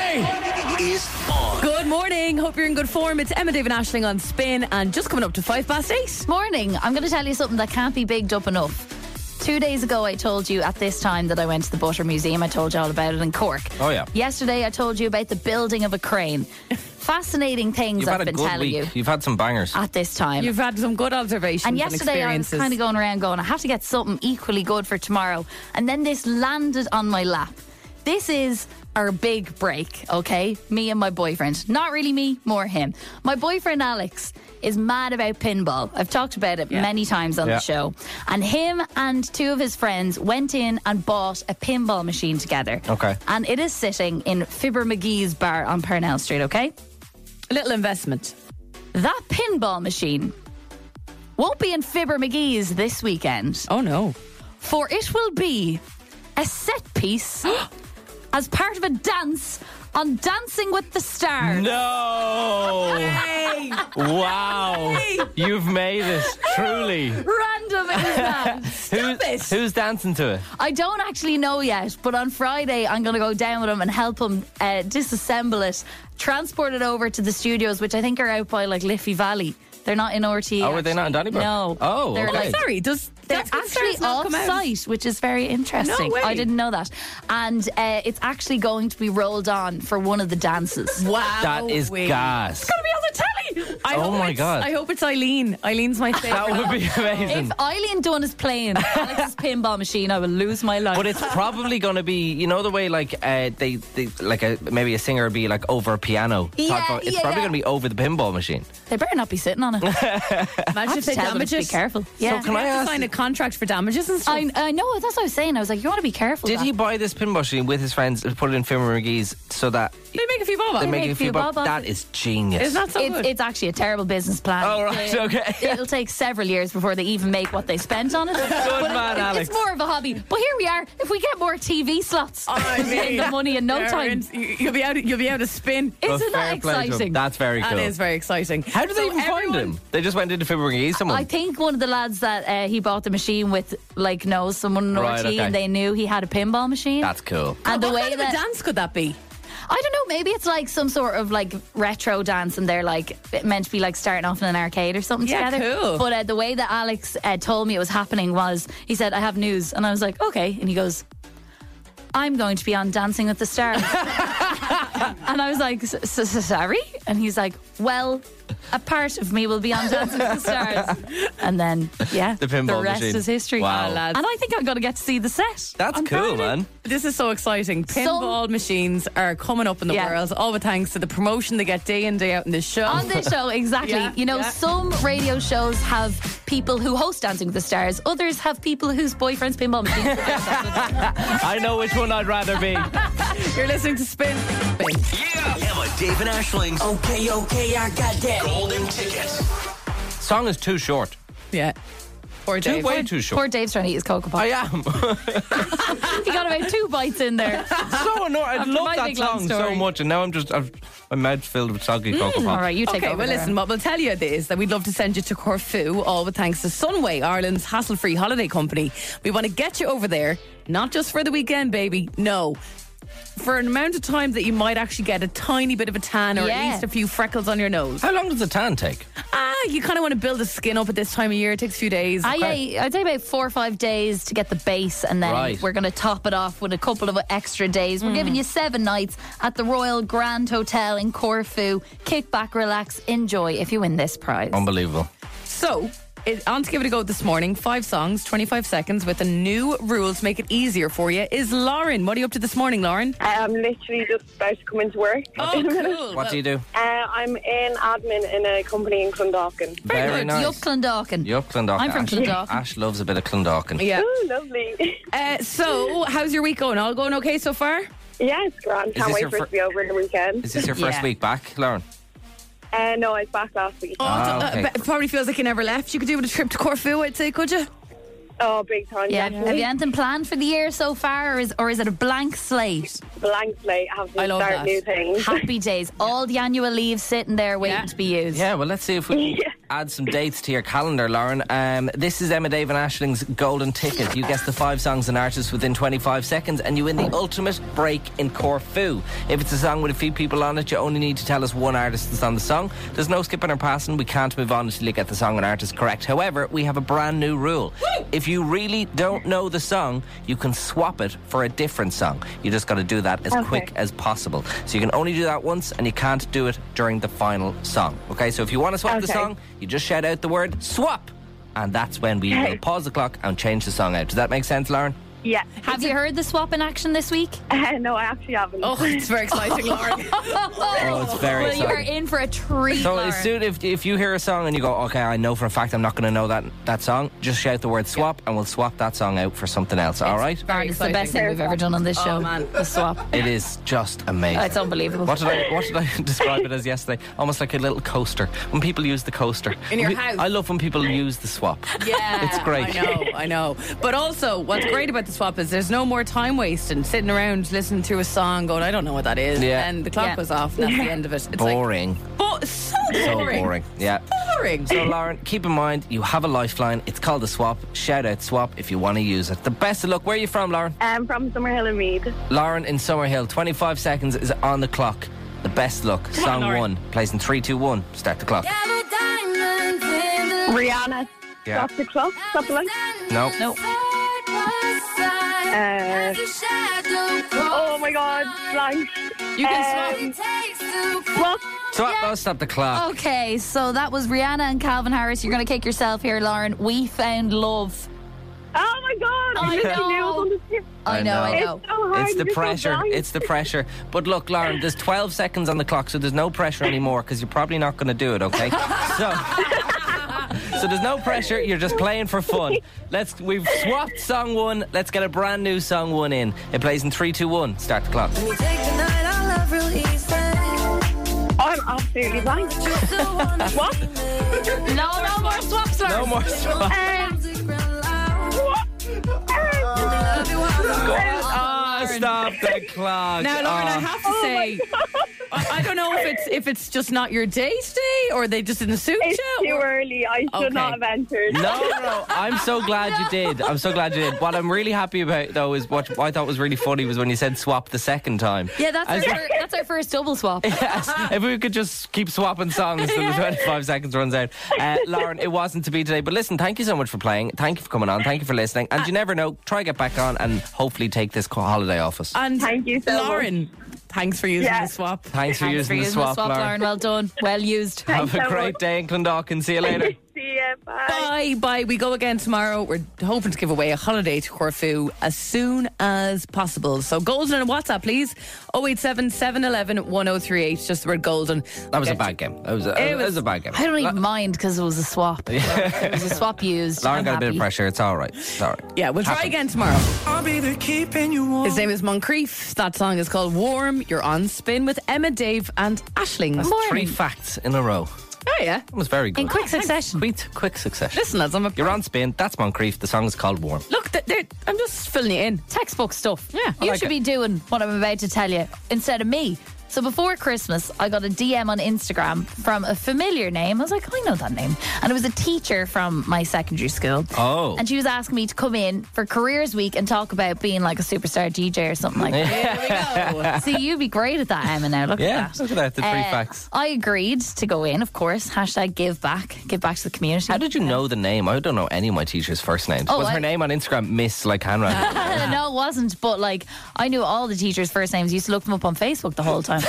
Is on.
Good morning. Hope you're in good form. It's Emma, Dave, and Ashling on Spin. And just coming up to five past eight.
Morning. I'm going to tell you something that can't be bigged up enough. Two days ago, I told you at this time that I went to the Butter Museum. I told you all about it in Cork.
Oh, yeah.
Yesterday, I told you about the building of a crane. Fascinating things
You've
I've
had a
been
good
telling
week.
you
You've had some bangers.
at this time.
You've had some good observations
and
and,
yesterday I was
experiences.
kind of going around going, I have to get something equally good for tomorrow. And then this landed on my lap. This is our big break, okay? Me and my boyfriend. Not really me, more him. My boyfriend Alex is mad about pinball. I've talked about it many times on
Yeah.
the show. And him and two of his friends went in and bought a pinball machine together.
Okay.
And it is sitting in Fibber McGee's bar on Parnell Street, okay?
A little investment.
That pinball machine won't be in Fibber McGee's this weekend
Oh no.
for it will be a set piece as part of a dance on Dancing with the Stars.
No! Wow! You've made it, truly.
Random it was that.
Who's, who's dancing to it?
I don't actually know yet, but on Friday I'm going to go down with him and help him uh, disassemble it, transport it over to the studios, which I think are out by like Liffey Valley. They're not in RT.
Oh, are they not in Donnybrook?
No.
Oh,
they're
okay.
like
Sorry, does
They're
Dancing with the Stars
actually
not
off
come out?
site, which is very interesting.
way.
I didn't know that. And uh, it's actually going to be rolled on for one of the dances.
Wow.
Oh,
That is
we-
gas.
Gonna be on the telly. I
Oh
hope
my
it's-
God.
I hope it's Eileen. Eileen. Eileen's my favorite.
That would be amazing.
If Eileen Dunn is playing Alex's pinball machine, I will lose my life.
But it's probably going to be, you know, the way like uh, they, they, like a, maybe a singer would be like over a piano. type
Yeah,
of- it's
yeah,
probably
yeah.
going to be over the pinball machine.
they better not be sitting on it.
Imagine if they
Tell them
damage
to
it.
be careful. Yeah.
can
They
I
have to
ask-
sign a contract for damages and stuff?
I, I know, that's what I was saying. I was like, you want to be careful.
Did he buy this pinball machine with his friends and put it in Fimmer McGee's so that
they make a few bob.
they
make
make
a
a few
few
bucks?
bob off
That
it.
is genius.
It's not so
It's,
good.
it's actually a terrible business plan.
Oh, right,
They-
okay.
It'll take several years before they even make what they spent on it. Good
man, Alex.
It's more of a hobby. But here we are. If we get more TV slots,
I
we'll spend the
mean,
money in no
they're
time.
in- you- you'll be out. You'll be out of spin.
Well,
Isn't that
fair play to him.
exciting?
That's very cool.
That is very exciting.
How did they even find him? They just went into Fibber McGee's. Someone.
I think one of the lads that uh, he bought the machine with, like, knows someone in
Right,
RT
okay.
and they knew he had a pinball machine.
That's cool.
and the
what
way
kind
that
of a dance could that be?
I don't know. Maybe it's like some sort of like retro dance, and they're like meant to be like starting off in an arcade or something
Yeah,
together.
cool.
But uh, the way that Alex uh, told me it was happening was he said, "I have news," and I was like, "Okay," and he goes. I'm going to be on Dancing with the Stars. and I was like, "S- s- s- sorry? And he's like, well, a part of me will be on Dancing with the Stars. And then, yeah,
The pinball
rest
machine.
is history.
Wow. Ah,
lads.
And I think I'm going to get to see the set.
That's
on Friday.
cool, man.
This is so exciting. Pinball machines are coming up in the
Yeah.
world, all the thanks to the promotion they get day in, day out in this show.
on this show exactly
Yeah,
you know
yeah.
some radio shows have people who host dancing with the stars others have people whose boyfriends pinball machines
I know which one I'd rather be.
You're listening to Spin. Spin.
Emma, Dave, and Ashling's
Okay, okay, I got that.
Golden Ticket.
Song is too short.
Yeah. Or
Too
Dave.
way too
poor
short.
Dave's trying to eat his cocoa
I
pop
am
he got about two bites in there
so annoyed. I
my
love that
big long
song so
story.
much, and now I'm just I've, my mouth's filled with soggy cocoa
all
pops.
right you take
Okay,
over
well,
there.
listen, what we'll tell you is that we'd love to send you to Corfu, all with thanks to Sunway, Ireland's hassle free holiday company. We want to get you over there, not just for the weekend, baby, no. For an amount of time that you might actually get a tiny bit of a tan or
Yeah.
at least a few freckles on your nose.
How long does the tan take?
Ah, you kind of want to build the skin up at this time of year. It takes a few days.
I, I, I'd say about four or five days to get the base, and then
Right. Hmm.
we're going to top it off with a couple of extra days. We're giving you seven nights at the Royal Grand Hotel in Corfu. Kick back, relax, enjoy if you win this prize.
Unbelievable.
So, it, on to give it a go this morning. Five songs, 25 seconds with a new rule to make it easier for you. Is Lauren. What are you up to this morning, Lauren?
I'm literally just about to come into work.
Oh, cool.
What do you do?
Uh, I'm in admin in a company in Clondalkin.
Very,
good.
nice.
Yup, Clondalkin.
Yup, Clondalkin.
I'm from
Ash-
Clondalkin.
Ash loves a bit of Clondalkin.
Yeah.
Ooh, lovely.
Uh, so, how's your week going? All going okay so far?
yeah, it's grand.
Is
Can't
this
wait
your
for
fir-
it to be over in the weekend.
Is this your first
Yeah.
week back, Lauren?
Uh, no, I was back last week.
Oh,
Oh,
Ah,
d- uh,
okay.
but it probably feels like you never left. You could do with a trip to Corfu, I'd say, could you?
Oh, big time.
Yeah.
definitely.
Have you anything planned for the year so far, or is or is it a blank slate?
Blank slate. I have to
I love
start
that.
new things.
Happy days. All the annual leave sitting there waiting
Yeah.
to be used.
Yeah, well, let's see if we can add some dates to your calendar, Lauren. Um, this is Emma Dave and Ashling's Golden Ticket. You guess the five songs and artists within 25 seconds, and you win the ultimate break in Corfu. If it's a song with a few people on it, you only need to tell us one artist that's on the song. There's no skipping or passing. We can't move on until you get the song and artist correct. However, we have a brand new rule. If you really don't know the song, you can swap it for a different song. You just got to do that as quick as possible. So you can only do that once, and you can't do it during the final song. Okay, so if you want to swap the
Okay.
song, you just shout out the word swap, and that's when we will pause the clock and change the song out. Does that make sense, Lauren?
Yeah.
Have you heard the swap in action this week?
Uh, no, I actually haven't.
Oh, it's very exciting, Lauren.
Oh, it's very
well, you are
exciting.
in for a treat.
So
Lauren.
as soon if if you hear a song and you go, okay, I know for a fact I'm not going to know that that song. Just shout the word swap, and we'll swap that song out for something else. All right?
Very
it's the
exciting.
best thing we've ever done on
Oh,
this show.
man.
The swap.
It is just amazing.
Oh, it's unbelievable.
What did I what did I describe it as yesterday? Almost like a little coaster. When people use the coaster
In your
We-
house.
I love when people use the swap.
Yeah,
It's great.
I know, I know. But also, what's great about the swap is there's no more time wasting sitting around listening to a song, going, I don't know what that is,
Yeah.
and the clock
Yeah.
goes off. And that's the end of it. It's
Boring.
Like, bo- so
so
boring.
boring. Yeah.
Boring.
So, Lauren, keep in mind you have a lifeline. It's called the swap. Shout out swap if you want to use it. The best of luck. Where are you from, Lauren?
Um, from Summerhill and Mead.
Lauren in Summerhill. 25 seconds is on the clock. The best luck. Song
Lauren.
one. Plays in three, two, one. Start the clock.
Got a diamond in the
Rihanna.
Yeah.
Stop the clock. Stop the light.
No.
No.
Uh, oh my God, blank.
You can swap.
Um, Well,
Swap. No, stop the
Oh,
clock.
Okay, so that was Rihanna and Calvin Harris. You're going to kick yourself here, Lauren. We found love.
oh my God,
I
I literally knew it was
know.
on the tip.
I
I
know, I
know.
know.
It's so hard.
It's the
you're so
pressure.
blind.
It's the pressure. But look, Lauren, there's 12 seconds on the clock, so there's no pressure anymore because you're probably not going to do it, okay? So. So there's no pressure. You're just playing for fun. Let's we've swapped song one. Let's get a brand new song one in. It plays in three, two, one. Start the clock.
I'm absolutely blank. what?
No, no more swaps, Lauren.
No more swap.
Um, what? Um,
Ah, stop the clock.
Now, Lauren, I
Ah.
have to say, I, I don't know if it's if it's just not your day today, or they just didn't suit
it's
you.
too
or-
early. I should
Okay.
not have entered.
No, no. I'm so glad you did. I'm so glad you did. What I'm really happy about though is what I thought was really funny was when you said swap the second time.
Yeah, that's our,
As-
fir- that's our first double swap.
Yes, if we could just keep swapping songs till the 25 seconds runs out. Uh, Lauren, it wasn't to be today, but listen, thank you so much for playing. Thank you for coming on. Thank you for listening. And you never know, try get back on and hopefully take this co- holiday off us.
And
Thank you so much.
Lauren, thanks for using
Yeah.
the swap.
Thanks for
Thanks for
using the
using
swap, Lauren.
Lauren. Well done. Well used.
Have a
so
great
much.
day in Clondalkin. See you later.
See ya. Bye.
Bye, bye. We go again tomorrow. We're hoping to give away a holiday to Corfu as soon as possible. So golden and WhatsApp, please. 087 711 1038. Just the word golden.
That was a bad game. That was a,
It
it was,
was-
a bad game.
I don't even mind because it was a swap. it was a swap used.
Lauren
I'm
got a bit
happy.
of pressure. It's all right. It's all right.
Yeah, we'll try
Happens.
again tomorrow.
I'll be there keeping you warm.
His name is Moncrief. That song is called Warm. You're on spin with Emma, Dave, and Ashling.
Three facts in a row.
Oh, yeah.
That was very good.
In quick succession.
Quick, quick succession.
Listen, lads, I'm a.
You're on spin. That's Moncrief. The song is called Warm.
Look, th- they're- I'm just filling you in.
textbook stuff.
Yeah, I
you
like
should
it.
be doing what I'm about to tell you instead of me. So before Christmas, I got a DM on Instagram from a familiar name. I was like, "Oh, I know that name, and it was a teacher from my secondary school.
Oh.
and she was asking me to come in for Careers Week and talk about being like a superstar DJ or something like that.
Here we go.
See, you'd be great at that, Emma. Now look
Yeah,
at that.
look at that. The three
Uh,
facts.
I agreed to go in, of course. Hashtag give back, give back to the community.
How did you know the name? I don't know any of my teachers' first names.
Oh,
was
I-
her name on Instagram Miss like handwriting?
no, it wasn't. But like, I knew all the teachers' first names. Used to look them up on Facebook the whole time.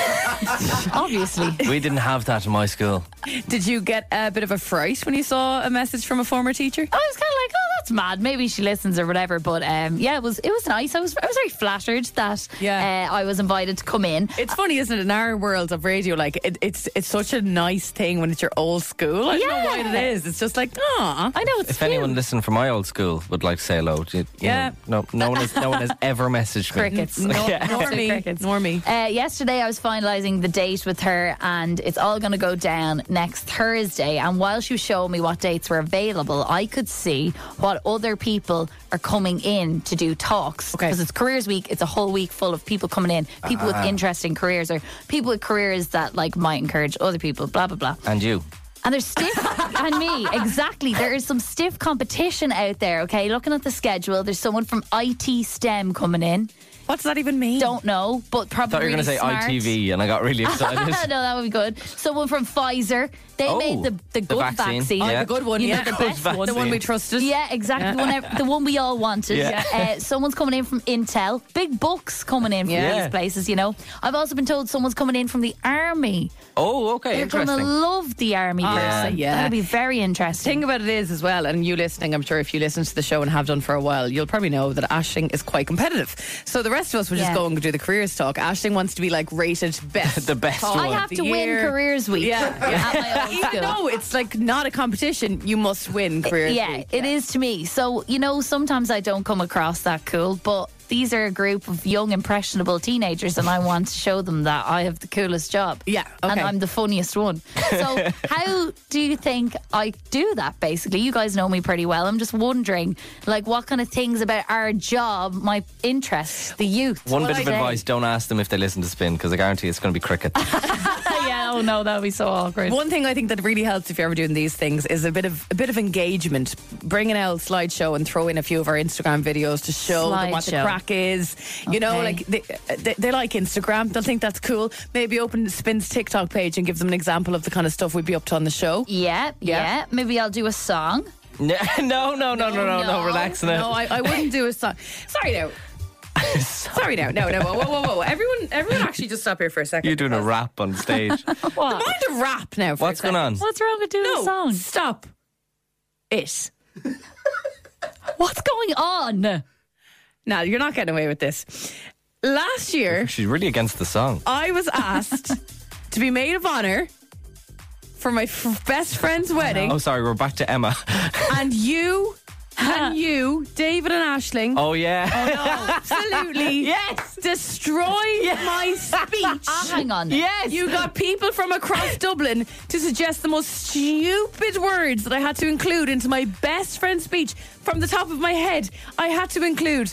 Obviously,
we didn't have that in my school.
Did you get a bit of a fright when you saw a message from a former teacher?
I was kind of like, oh, that's mad. Maybe she listens or whatever. But um, yeah, it was it was nice. I was I was very flattered that
Yeah.
uh, I was invited to come in.
It's funny, isn't it? In our world of radio, like it, it's it's such a nice thing when it's your old school. I don't know why
Yeah.
it is. It's just like, ah,
I know it's
If
cute.
anyone listening from my old school would like to say hello, do you, you
Yeah.
know, no, no one has no one has ever messaged me.
crickets.
nor, nor me,
Crickets.
nor me.
Uh, yesterday, I was finalising the date with her, and it's all going to go down next Thursday. And while she was showing me what dates were available, I could see what other people are coming in to do talks.
Okay.
Because it's Careers Week, it's a whole week full of people coming in, people with interesting careers or people with careers that like might encourage other people. Blah blah blah.
And you.
And there's stiff and me. Exactly. There is some stiff competition out there, okay? Looking at the schedule, there's someone from IT STEM coming in.
What's that even mean?
Don't know, but
I
probably.
thought you were going to say
smart.
ITV, and I got really excited.
no, that would be good. Someone from Pfizer. They
Oh,
made the,
the
the good
vaccine,
vaccine.
Oh,
The good one,
You
yeah.
know, the
good
best
one. The one we
vaccine.
trusted.
Yeah, exactly. The, one ev- the one we all wanted.
Yeah.
Uh, someone's coming in from Intel. Big bucks coming in from
Yeah.
these places, you know. I've also been told someone's coming in from the army.
Oh, okay,
They're going to
interesting.
love the army person.
Ah, yeah.
That'll be very
The
interesting.
thing about it is as well, and you listening, I'm sure if you listen to the show and have done for a while, you'll probably know that Ashling is quite competitive. So the rest of us will just
Yeah.
go and do the careers talk. Ashling wants to be like rated best.
The best
talk
one.
I
of
have
the
to win
year.
careers week.
Yeah, yeah.
At my old
Even
school.
though it's like not a competition, you must win careers
yeah,
week.
it is to me. So, you know, sometimes I don't come across that cool, but these are a group of young, impressionable teenagers, and I want to show them that I have the coolest job.
Yeah,
And
okay.
I'm the funniest one. So, how do you think I do that, basically? You guys know me pretty well. I'm just wondering, like, what kind of things about our job might interest the youth?
One
What
bit of
I-
advice: don't ask them if they listen to Spin, because I guarantee it's going to be cricket.
yeah, oh no, that would be so awkward.
One thing I think that really helps if you're ever doing these things is a bit of a bit of engagement. Bring an old slideshow and throw in a few of our Instagram videos to show them what the
Slideshow.
crack is. You know,
Okay.
like they, they, they like Instagram. They'll think that's cool. Maybe open Spin's TikTok page and give them an example of the kind of stuff we'd be up to on the show.
Yeah, yeah, Maybe I'll do a song.
no, no, no, no, no, no, no. Relax now.
No, I, I wouldn't do a song. Sorry now. Sorry now. No, no. Whoa, whoa, whoa, whoa. Everyone, everyone, actually, just stop here for a second.
You're doing a rap on stage.
What?
Mind a rap now. For
What's
a
going
second.
on?
What's wrong with doing a
No,
song?
stop. It.
What's going on?
Now you're not getting away with this. Last year,
She's really against the song.
Oh, I was asked to be maid of honor for my f- best friend's wedding,
Oh, sorry, we're back to Emma.
and you and you, David and Ashling,
Oh yeah,
absolutely yes, destroyed my speech.
Ah, hang on.
Yes. You got people from across Dublin to suggest the most stupid words that I had to include into my best friend's speech. From the top of my head, I had to include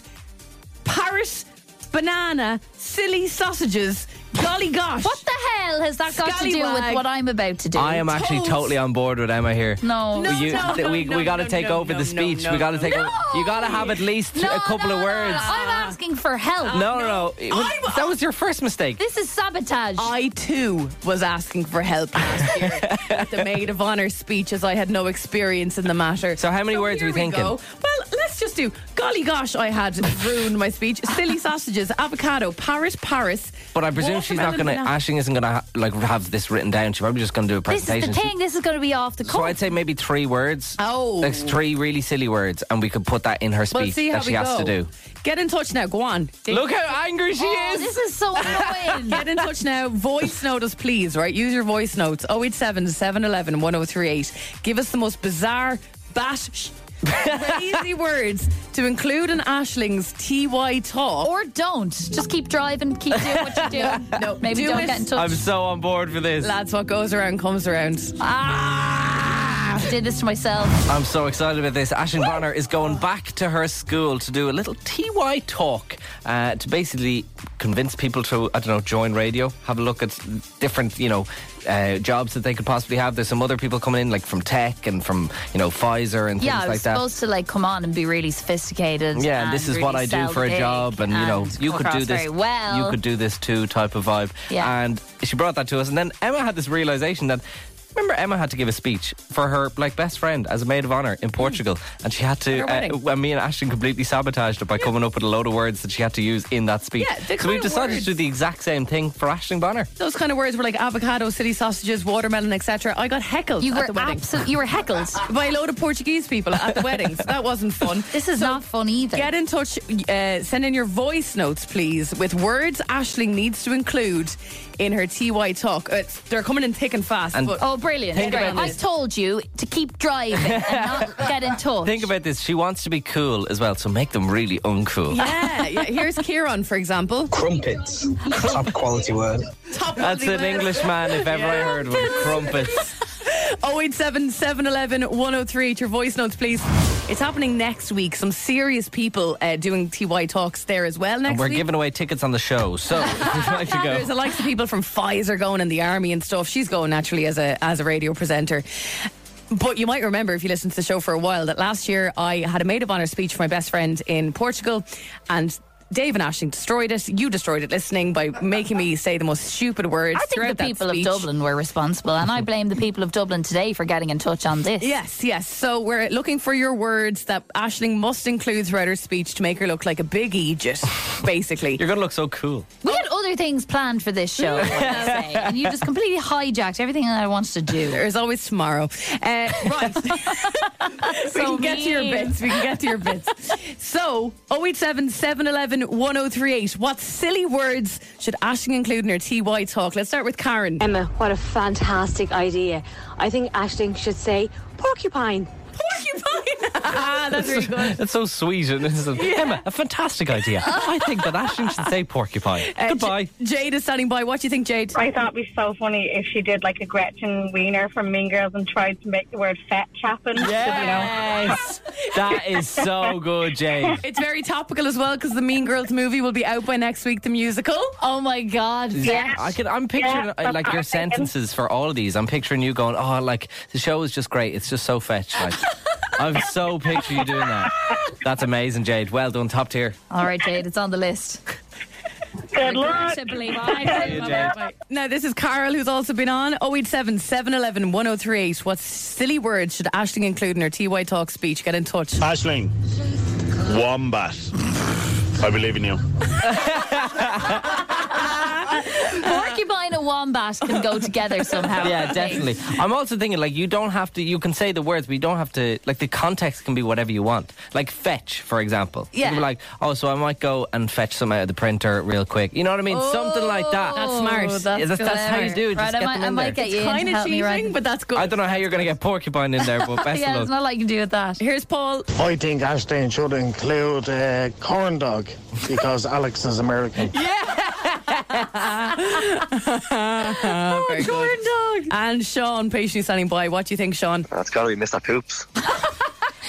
parrot, banana, silly sausages, golly gosh.
What the hell has that got to do
Scallywag.
with what I'm about to do?
I am actually
Toast.
totally on board with Emma here.
No.
No,
You-
no,
th-
no,
we
no,
we got to
no,
take
no,
over
no,
the
no,
speech.
no,
we got to
no.
take.
No.
Over, you got to have at least
No,
a couple
no,
of
no,
words.
No, I'm asking for help.
No, no, no. It was-
I'm-
that was your first mistake.
This is sabotage.
I too was asking for help last year at the maid of honor speech as I had no experience in the matter.
So how many words
here
are we thinking?
Go. Well, let's just do golly gosh, I had ruined my speech. Silly sausages, avocado, parrot, Paris.
But I presume she's not going to.
Watermelon,
Ashing isn't going to ha- like have this written down. She's probably just going to do a
this is
presentation.
the
She-
thing. This is going to be off the
So
cuff.
I'd say maybe three words.
Oh.
Like three really silly words, and we could put that in her
We'll
speech
see how
that she
we
has
go.
to do.
Get in touch now. Go on.
Look how angry she
Oh,
is.
this is so annoying.
Get in touch now. Voice note us, please, right? Use your voice notes 087 711 1038. Give us the most bizarre, bat, sh- crazy words to include in Ashling's TY talk.
or don't. Just keep driving. Keep doing what you're doing.
No,
Maybe
do
not
it.
get in touch.
I'm so on board for this.
Lads, what goes around comes around.
Ah, I did this to myself.
I'm so excited about this. Ashley Bonner is going back to her school to do a little TY talk uh, to basically convince people to, I don't know, join radio, have a look at different, you know, uh, jobs that they could possibly have. There's some other people coming in, like from tech and from, you know, Pfizer and
Yeah,
things
I
like
was
that.
supposed to like come on and be really sophisticated.
Yeah,
and
this is
really
what I do
sell
for a
the
job,
gig
and you know,
and
you
come
could do
across
this.
very well.
You could do this too, type of vibe.
Yeah.
And she brought that to us, and then Emma had this realization that. Remember, Emma had to give a speech for her like best friend as a maid of honor
Mm.
in Portugal, and she had to.
her
Uh,
wedding.
when me and Ashton completely sabotaged her by coming up with a load of words that she had to use in that speech.
Yeah, the
so we've
kind of
decided to do
words-
the exact same thing for Ashton Bonner.
Those kind of words were like avocado, city sausages, watermelon, etc. I got heckled
You
at
were
the wedding
absolutely. You were heckled.
by a load of Portuguese people at the wedding. So that wasn't fun.
This is not fun either.
Get in touch. Uh, send in your voice notes, please, with words Ashling needs to include in her TY talk. It's, they're coming in thick and fast.
And-
but
Oh, brilliant.
Think
Great.
about
I
this.
told you to keep driving and not get in touch.
Think about this. She wants to be cool as well, so make them really uncool.
yeah, yeah, here's Kieran, for example.
Crumpets. Top quality word.
Top
That's an Englishman if ever I heard one. Crumpets.
087 711 1038. Your voice notes, please. It's happening next week. Some serious people uh, doing TY talks there as well next
We're
week.
giving away tickets on the show, so if you'd like to go.
There's the likes of people from Pfizer going in the army and stuff. She's going naturally as a as a radio presenter. But you might remember if you listened to the show for a while that last year I had a maid of honor speech for my best friend in Portugal and Dave and Ashling destroyed it. You destroyed it listening by making me say the most stupid words.
I think
throughout
the
that
people of
speech.
Dublin were responsible, and I blame the people of Dublin today for getting in touch on this.
Yes, yes. So we're looking for your words that Ashling must include throughout her speech to make her look like a big Egypt, basically.
You're going to look so cool.
We had other things planned for this show, I must say, and you just completely hijacked everything that I wanted to do.
There's always tomorrow. Uh, right. we can
So
get to your
mean.
bits. We can get to your bits. so, 087 711 1038. What silly words should Ashling include in her TY talk? Let's start with Karen.
Emma, what a fantastic idea. I think Ashling should say porcupine.
ah, that's really good.
That's so sweet and innocent. Emma, a fantastic idea. I think that Ashton should say porcupine.
Uh,
Goodbye.
J- Jade is standing by. What do you think, Jade?
I thought it'd be so funny if she did like a Gretchen Wiener from Mean Girls and tried to make the word fat happen.
Yes. that is so good, Jade.
It's very topical as well because the Mean Girls movie will be out by next week, the musical.
Oh my God.
Yeah, I could, I'm picturing
Yeah,
uh, like
that's what
your
I'm thinking.
sentences for all of these. I'm picturing you going, "Oh, like the show is just great. It's just so fetched." Like, I'm so picturing you doing that. That's amazing, Jade. Well done, top tier.
All right, Jade, it's on the list.
Good luck.
Now, this is Carol, who's also been on 087 711 1038. What silly words should Ashling include in her TY Talk speech? Get in touch.
Ashling, wombat. I believe in you.
Porcupine and wombat can go together somehow. I
Yeah,
think.
definitely. I'm also thinking like you don't have to. You can say the words, but you don't have to. Like the context can be whatever you want. Like fetch, for example. You can
Yeah.
be like, oh, so I might go and fetch some out of the printer real quick. You know what I mean? Something like that.
Oh, That's smart.
Yeah, That's, that's how you do it. Just get them in there.
It's kind of cheating, but that's good.
I don't know how you're going to get porcupine in there, but best
yeah,
of
there's
luck.
not a lot you can do with that.
Here's Paul.
I think Ashton should include uh, corn dog because Alex is American.
oh, dog. And Sean, patiently standing by. What do you think, Sean?
That's got to be Mr. Poops.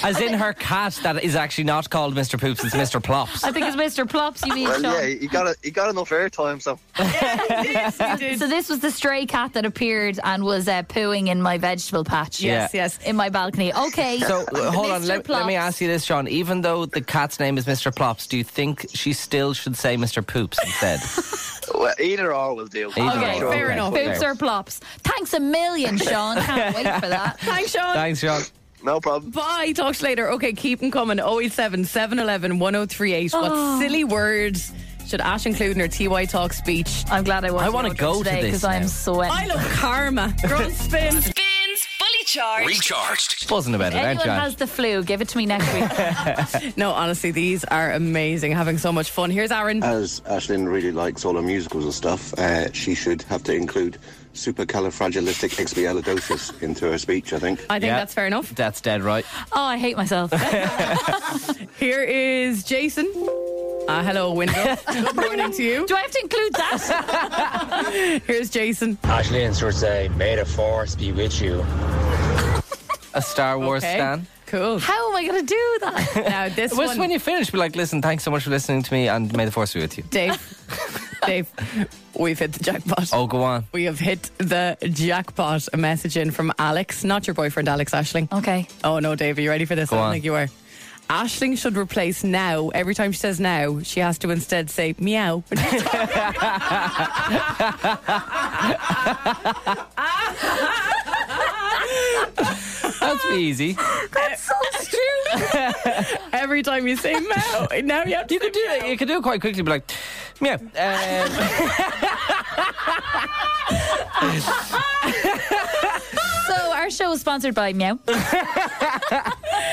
As in her cat that is actually not called Mr. Poops, it's Mr. Plops.
I think it's Mr. Plops you mean,
well,
Sean.
yeah, he got a, he got enough airtime, so
So this was the stray cat that appeared and was uh, pooing in my vegetable patch.
Yes, Yeah. yes.
In my balcony. Okay.
So uh, hold on,
Mr.
let, let me
Plops.
ask you this, Sean. Even though the cat's name is Mr. Plops, do you think she still should say Mr. Poops instead?
well, either or will do.
Either
Okay,
or.
fair
Okay,
enough.
okay.
Poops or plops. Thanks a million, Sean. Can't wait for that.
Thanks, Sean.
Thanks, Sean.
No problem.
Bye. Talk to you later. Okay, keep them coming. 087 711 1038.
Oh.
What silly words should Ash include in her TY Talk speech?
I'm glad I watched
I
the
wanna
Ultra
go to
today
this
because I am
now.
sweating.
I love karma. Grunt spin.
Spins fully charged.
Recharged.
Buzzing about it, aren't
Anyone
you?
has the flu, give it to me next week.
No, honestly, these are amazing. Having so much fun. Here's Aaron.
As Ashlyn really likes all her musicals and stuff, uh, she should have to include supercalifragilisticexpialidocious into her speech, I think.
I think that's fair enough.
That's dead right.
Oh, I hate myself.
Here is Jason. Ah, hello, window. Good morning to you.
Do I have to include that?
Here's Jason.
Ashley and sort of say, may the force be with you.
A Star Wars
Okay.
stan.
Cool.
How am I going to do that?
Now this
Just
one,
when you finish, be like, listen, thanks so much for listening to me and may the force be with you.
Dave. Dave, we've hit the jackpot.
Oh, go on.
We have hit the jackpot. A message in from Alex, not your boyfriend, Alex Ashling.
Okay.
Oh no, Dave, are you ready for this?
Go
I don't
on.
think you are. Ashling should replace now. Every time she says now, she has to instead say meow.
That's easy.
Every time you say meow, now you have to
You could do it. You could do it quite quickly. Be like, yeah. Um,
So our show is sponsored by Meow.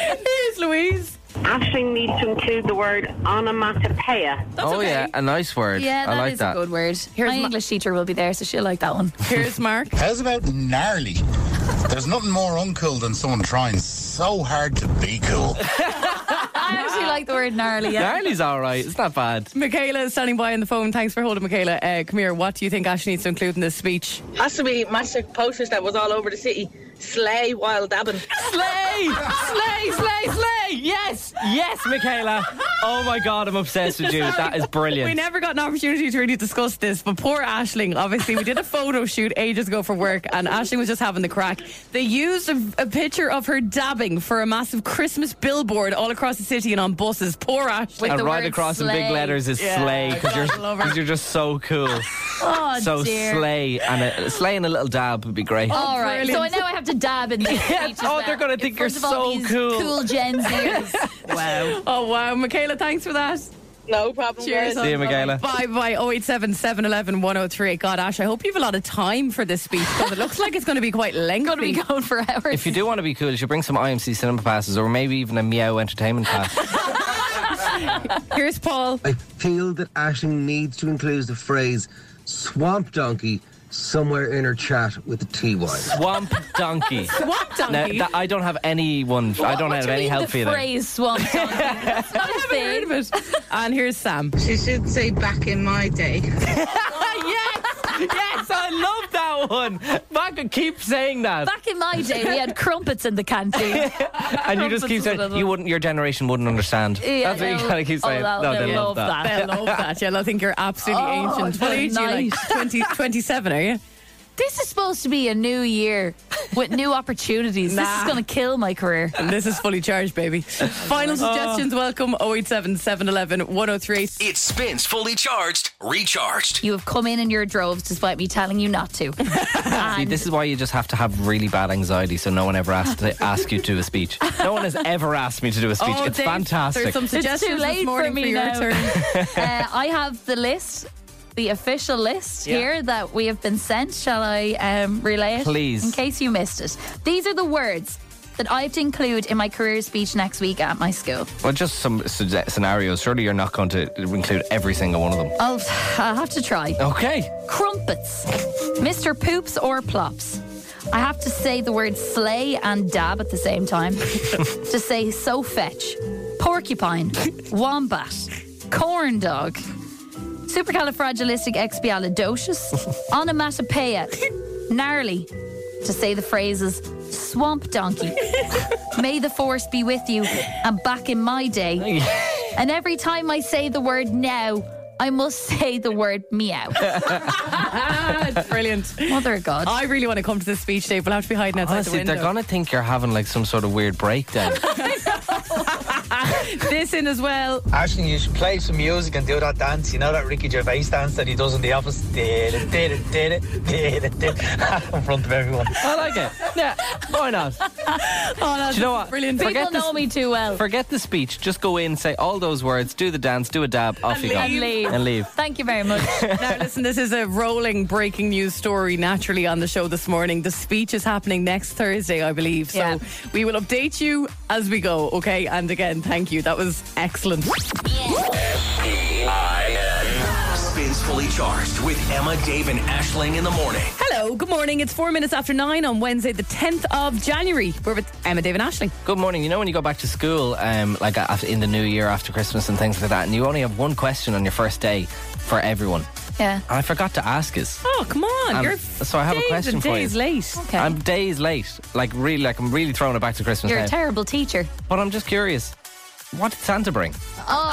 Here's Louise.
Ashling needs to include the word onomatopoeia.
oh yeah, a nice word.
Yeah, that
I
is
like that.
a good word. My English teacher will be there, so she'll like that one.
Here's Mark.
How's about gnarly? There's nothing more uncool than someone trying so hard to be cool.
I actually like the word gnarly. Yeah.
Gnarly's all right. It's not bad.
Michaela is standing by on the phone. Thanks for holding, Michaela. Uh, come here. What do you think Ash needs to include in this speech?
Has to be magic posters that was all over the city Slay while dabbing.
Slay! slay, slay, slay! Yes! Yes, Michaela. Oh my God, I'm obsessed with you. That is brilliant.
We never got an opportunity to really discuss this, but poor Ashling, obviously, we did a photo shoot ages ago for work, and Ashling was just having the crack. They used a, a picture of her dabbing for a massive Christmas billboard all across the city and on buses. Poor Ashling.
and right across in big letters is slay because you're, 'cause you're just so cool.
Oh,
so
dear. Oh,
slay and a, slay and a little dab would be great.
All right. So I now I have to dab in the speeches now,
oh, they're gonna
in
think you're
front of all
so
these
cool.
Cool Gen Zers.
Wow. Oh, wow. Michaela, thanks for that.
No problem.
Cheers.
See you, Michaela.
Bye bye. 087 711 1038. God, Ash, oh I hope you have a lot of time for this speech because it looks like it's going to be quite lengthy. going to be
going for hours.
If you do want to be cool, you should bring some IMC cinema passes or maybe even a Meow Entertainment pass.
Here's Paul.
I feel that Ashling needs to include the phrase swamp donkey somewhere in her chat with a TY.
Swamp donkey.
Swamp
Now,
donkey?
that, I don't have anyone. I don't
What
have
do you
any
mean
help
the
for you there.
phrase swamp donkey? That's not a thing.
And here's Sam.
She should say back in my day.
yes, yes, I love that one. Back and keep saying that,
Back in my day, we had crumpets in the canteen.
and you just keep saying you wouldn't. Your generation wouldn't understand.
Yeah,
That's what you
they'll-
gotta keep
oh,
saying.
they'll-
no,
they'll
they love
love
that.
I love that. Yeah, I think you're absolutely
Oh,
ancient. What age are you like? 20, 27, are you?
This is supposed to be a new year with new opportunities. This is
Nah.
going to kill my career.
This is fully charged, baby.
Oh.
Final suggestions, welcome Oh, 087 711 1038.
It spins fully charged, recharged.
You have come in in your droves despite me telling you not to.
See, this is why you just have to have really bad anxiety, so no one ever asks to ask you to do a speech. No one has ever asked me to do a speech.
Oh,
it's
Dave,
fantastic.
There's some suggestions
it's too
this
late
morning
for me
for your
now.
return.
uh, I have the list, the official list
Yeah.
here that we have been sent. Shall I um, relay it?
Please.
In case you missed it. These are the words that I have to include in my career speech next week at my school.
Well, just some suge- scenarios. Surely you're not going to include every single one of them.
I'll, I'll have to try.
Okay.
Crumpets. Mr. Poops or Plops. I have to say the words slay and dab at the same time. to say so fetch. Porcupine. Wombat. Corn dog. Supercalifragilisticexpialidocious. Onomatopoeia. Gnarly. To say the phrases swamp donkey. May the force be with you. And back in my day. and every time I say the word now, I must say the word meow.
Ah, it's brilliant.
Mother of God.
I really want to come to this speech, Dave. We'll have to be hiding outside the
Honestly,
window.
they're going to think you're having like some sort of weird breakdown.
This in as well.
Ashton, you should play some music and do that dance. You know that Ricky Gervais dance that he does in the office? Did it, did it, did it, did it, did it. In front of everyone.
I like it. Yeah, why not?
Oh, that's
Do you know what?
Brilliant.
People
Forget this-
know me too well.
Forget the speech. Just go in, say all those words, do the dance, do a dab, off you go.
and leave.
And leave.
Thank you very much.
Now, listen, this is a rolling breaking news story naturally on the show this morning. The speech is happening next Thursday, I believe. So
Yeah.
we will update you as we go, okay? And again, thank you. That was excellent.
Spins fully charged with Emma, Dave, and Ashling in the morning.
Hello, good morning. It's four minutes after nine on Wednesday, the 10th of January. We're with Emma, David, Ashling.
Good morning. You know when you go back to school, um, like a- after, in the new year after Christmas and things like that, and you only have one question on your first day for everyone.
Yeah.
And I forgot to ask us.
Oh, come on.
Um,
You're
so I have a
days
question
and
for you.
days late.
Okay.
I'm days late. Like really, like I'm really throwing it back to Christmas
You're a
now.
terrible teacher.
but I'm just curious, what did Santa bring?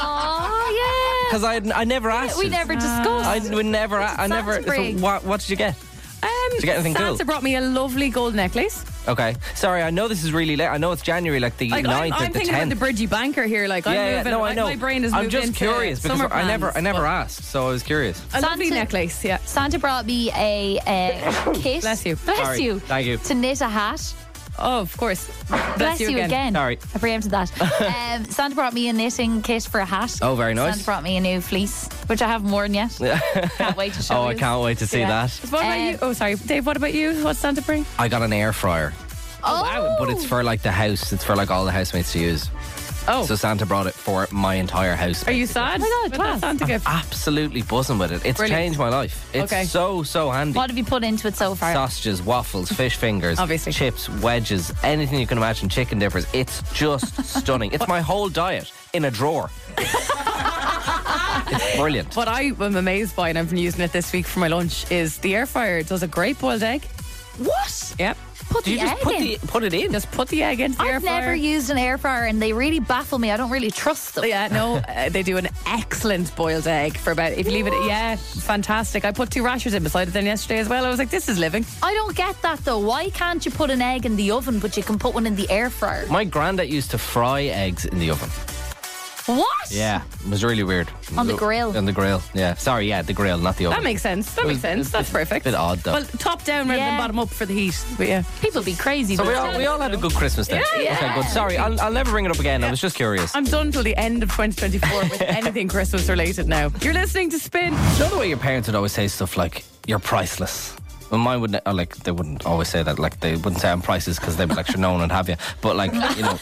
Oh, yeah.
Because I, I never asked.
We
us.
never discussed.
I would never. I
Santa
never. So
bring?
what, what did you get?
Um,
Did you get anything
Santa
cool?
brought me a lovely gold necklace.
Okay. Sorry, I know this is really late. I know it's January, like the
Like,
9th
I'm,
or
I'm
the
thinking
10th.
about the Bridgie Banker here. Like,
yeah,
I'm
yeah,
moving.
no, I
like,
know.
My brain is
I'm
moved
just
into
curious because
summer
I never,
plans,
I never
but-
asked, so I was curious.
A lovely
Santa-
necklace, yeah.
Santa brought me a, a kit.
Bless you.
Bless
Sorry.
you.
Thank you.
To knit a hat.
Oh, of course. Bless,
Bless you again.
Sorry.
I preempted that. um, Santa brought me a knitting kit for a hat.
Oh, very nice.
Santa brought me a new fleece, which I haven't worn yet. can't wait to show
Oh, I
yous.
can't wait to see
Yeah.
that.
What about
Um,
you? Oh, sorry, Dave. What about you? What's Santa bring?
I got an air fryer,
Oh,
but it's for like the house. It's for like all the housemates to use.
Oh,
So Santa brought it for my entire house.
are you sad?
Oh my God,
with that
class.
Santa gift.
Absolutely buzzing with it. It's
Brilliant.
changed my life. It's
Okay.
so so handy.
What have you put into it so far?
Sausages, waffles, fish fingers,
Obviously.
chips, wedges, anything you can imagine, chicken dippers. It's just stunning. It's my whole diet in a drawer. it's brilliant.
What I am amazed by, and I've been using it this week for my lunch, is the air fryer. It does a great boiled egg.
What?
Yep.
Put
Do you
the
just
egg
put
in.
the put it in?
Just put the egg into the air
I've
fryer.
never used an air fryer and they really baffle me. I don't really trust them.
Yeah, no, uh, they do an excellent boiled egg for about if you leave it. Yeah, fantastic. I put two rashers in beside it then yesterday as well. I was like, this is living.
I don't get that though. Why can't you put an egg in the oven but you can put one in the air fryer?
My granddad used to fry eggs in the oven.
What?
Yeah, it was really weird.
On the grill.
On the grill. Yeah. Sorry. Yeah, the grill, not the oven.
That makes sense. That
Well,
makes sense. That's perfect.
bit odd, though.
Well, top down rather than
Yeah.
bottom up for the heat. But yeah,
People be crazy.
so
but
we all, we all had a good Christmas then.
Yeah, yeah.
Okay, good. Sorry, I'll, I'll never bring it up again. I was just curious.
I'm done till the end of 2024 with anything Christmas related. Now you're listening to Spin.
Do you know the way your parents would always say stuff like "you're priceless"? Well, mine wouldn't. Or like they wouldn't always say that. Like they wouldn't say I'm priceless because they'd be like, "Sure, no one would have you." But like you know,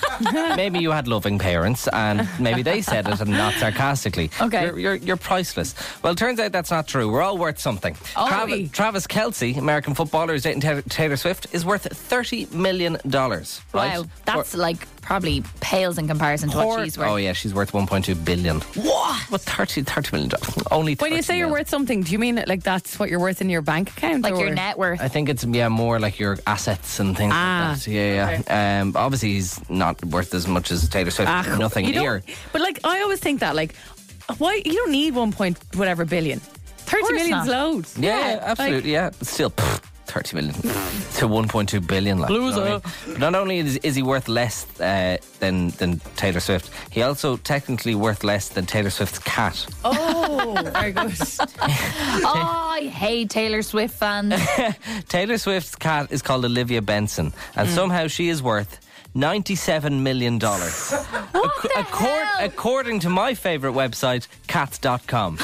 maybe you had loving parents, and maybe they said it and not sarcastically.
Okay.
you're, you're, you're priceless. Well, it turns out that's not true. We're all worth something.
Are
Trav-
we?
Travis Kelsey, American footballer, who's dating Taylor- Taylor Swift, is worth thirty million dollars.
Wow, that's like probably pales in comparison to what she's worth.
Oh yeah, she's worth 1.2 billion.
What?
But 30, 30 million dollars. Only.
When you
30
say you're
million.
worth something, do you mean like that's what you're worth in your bank account,
Like your
or-
net worth.
I think it's yeah more like your assets and things
Ah,
like that. Yeah, yeah. Um, obviously, he's not worth as much as Taylor Swift.
Ah,
Nothing
you don't-
near.
But like I always think that like why you don't need one point whatever billion. Thirty
course
million's
not.
loads.
Yeah,
like-
absolutely. yeah, still. Pff, 30 million to 1.2 billion. Like, you know what I
Loser.
mean? Not only is, is he worth less uh, than than Taylor Swift, he also technically worth less than Taylor Swift's cat.
Oh, very good.
oh, I hate Taylor Swift fans.
Taylor Swift's cat is called Olivia Benson,
Mm.
and somehow she is worth $97 million.
what the hell?
According to my favourite website, cats.com.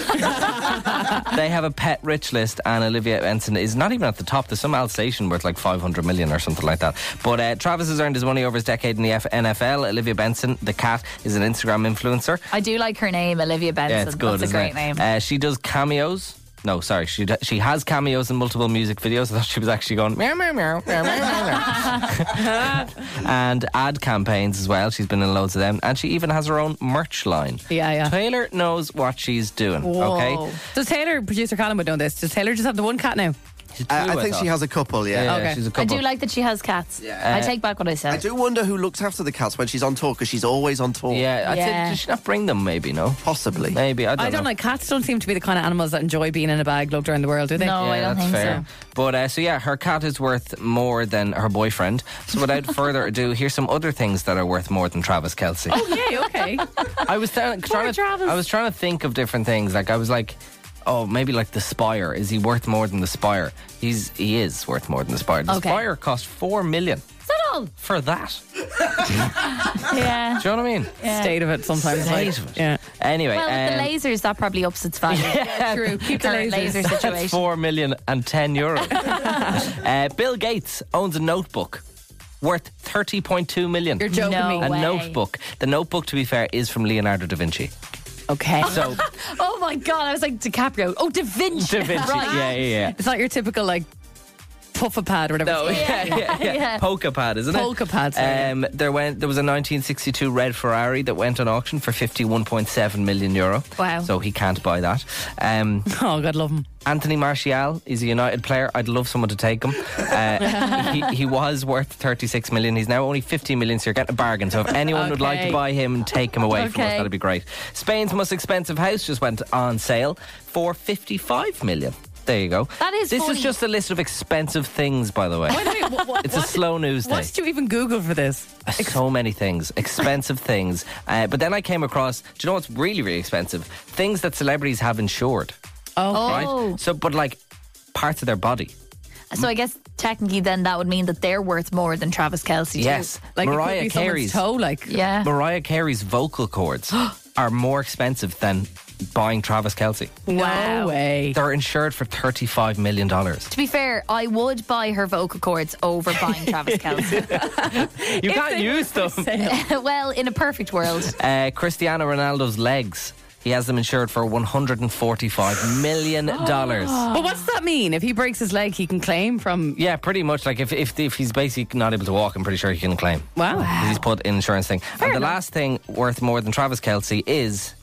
they have a pet rich list, and Olivia Benson is not even at the top. There's some Alsatian worth like 500 million or something like that. But uh, Travis has earned his money over his decade in the F- NFL. Olivia Benson, the cat, is an Instagram influencer.
I do like her name, Olivia Benson.
Yeah, it's good.
That's a
isn't
great name.
it? Uh, she does cameos. No, sorry, she d- she has cameos in multiple music videos. I thought she was actually going meow meow meow meow meow meow, meow, and ad campaigns as well. She's been in loads of them, and she even has her own merch line.
Yeah, yeah.
Taylor knows what she's doing.
Whoa.
Okay,
Does Taylor, producer Colin would know this, does Taylor just have the one cat now?
Uh, I, I
Uh, I
think she
thought.
has a couple. Yeah.
yeah,
Okay.
she's a
I
couple.
do like that she has cats. I take back what I said.
I do wonder who looks after the cats when she's on tour because she's always on tour.
yeah, I'd
Yeah.
say does she not bring them? Maybe no,
Possibly.
maybe I don't,
I don't
know.
know. Cats don't seem to be the kind of animals that enjoy being in a bag lugged around the world, do they?
No, Oh, I don't
that's
think
fair. But uh, so yeah, her cat is worth more than her boyfriend. So without further ado, here's some other things that are worth more than Travis Kelsey.
Oh,
Yay, okay.
I was trying, trying to,
Travis.
I was trying to think of different things. Like I was like, oh, maybe like the Spire. Is he worth more than the Spire? He's he is worth more than the Spire. The
Okay.
Spire cost four million
Is that all?
for that.
Yeah.
Do you know what I mean?
State of it sometimes. like,
State of it.
Yeah.
Anyway,
Well, with
um,
the lasers, that probably ups its value.
True. Keep the lasers.
Current laser
That's
situation.
four million and ten euro. uh, Bill Gates owns a notebook worth thirty point two million.
You're joking
No.
me.
a
way.
notebook. The notebook, to be fair, is from Leonardo da Vinci.
Okay.
So
Oh my god, I was like DiCaprio. Oh, Da Vinci.
da Vinci,
Right.
yeah, yeah,
It's not your typical, like, puffer pad or whatever.
No,
it's
yeah, yeah, yeah.
Yeah.
Polka pad, isn't
Polka
it?
pad, sorry.
Um, there went there was a 1962 red Ferrari that went on auction for 51.7 million euro.
Wow.
So he can't buy that. Um,
called. Oh, God, love him.
Anthony Martial is a United player. I'd love someone to take him. Uh, he, he was worth 36 million. He's now only 50 million, so you're getting a bargain. So if anyone would like to
Okay.
buy him and take him away from us,
Okay.
that'd be great. Spain's most expensive house just went on sale for 55 million. There you go.
That is
This
funny.
is just a list of expensive things, by the way.
Wait, wait, what, what,
It's a slow news day.
What did you even Google for this?
so many things, expensive things. Uh, but then I came across, do you know what's really, really expensive? Things that celebrities have insured,
Oh,
Oh,
right? So, but like parts of their body.
so I guess technically then that would mean that they're worth more than Travis Kelsey. too.
Yes,
like it could
Mariah
be someone's
Carey's
toe, like.
Yeah.
Mariah Carey's vocal cords are more expensive than buying Travis Kelsey.
No way.
They're insured for thirty-five million dollars.
To be fair, I would buy her vocal cords over buying Travis Kelsey.
You can't use them.
well, in a perfect world,
Uh, Cristiano Ronaldo's legs. He has them insured for one hundred and forty-five million dollars.
But what's that mean? If he breaks his leg, he can claim from.
Yeah, pretty much. Like if if, if he's basically not able to walk, I'm pretty sure he can claim.
Wow.
'Cause He's put in insurance thing. and the
enough.
last thing worth more than Travis Kelsey is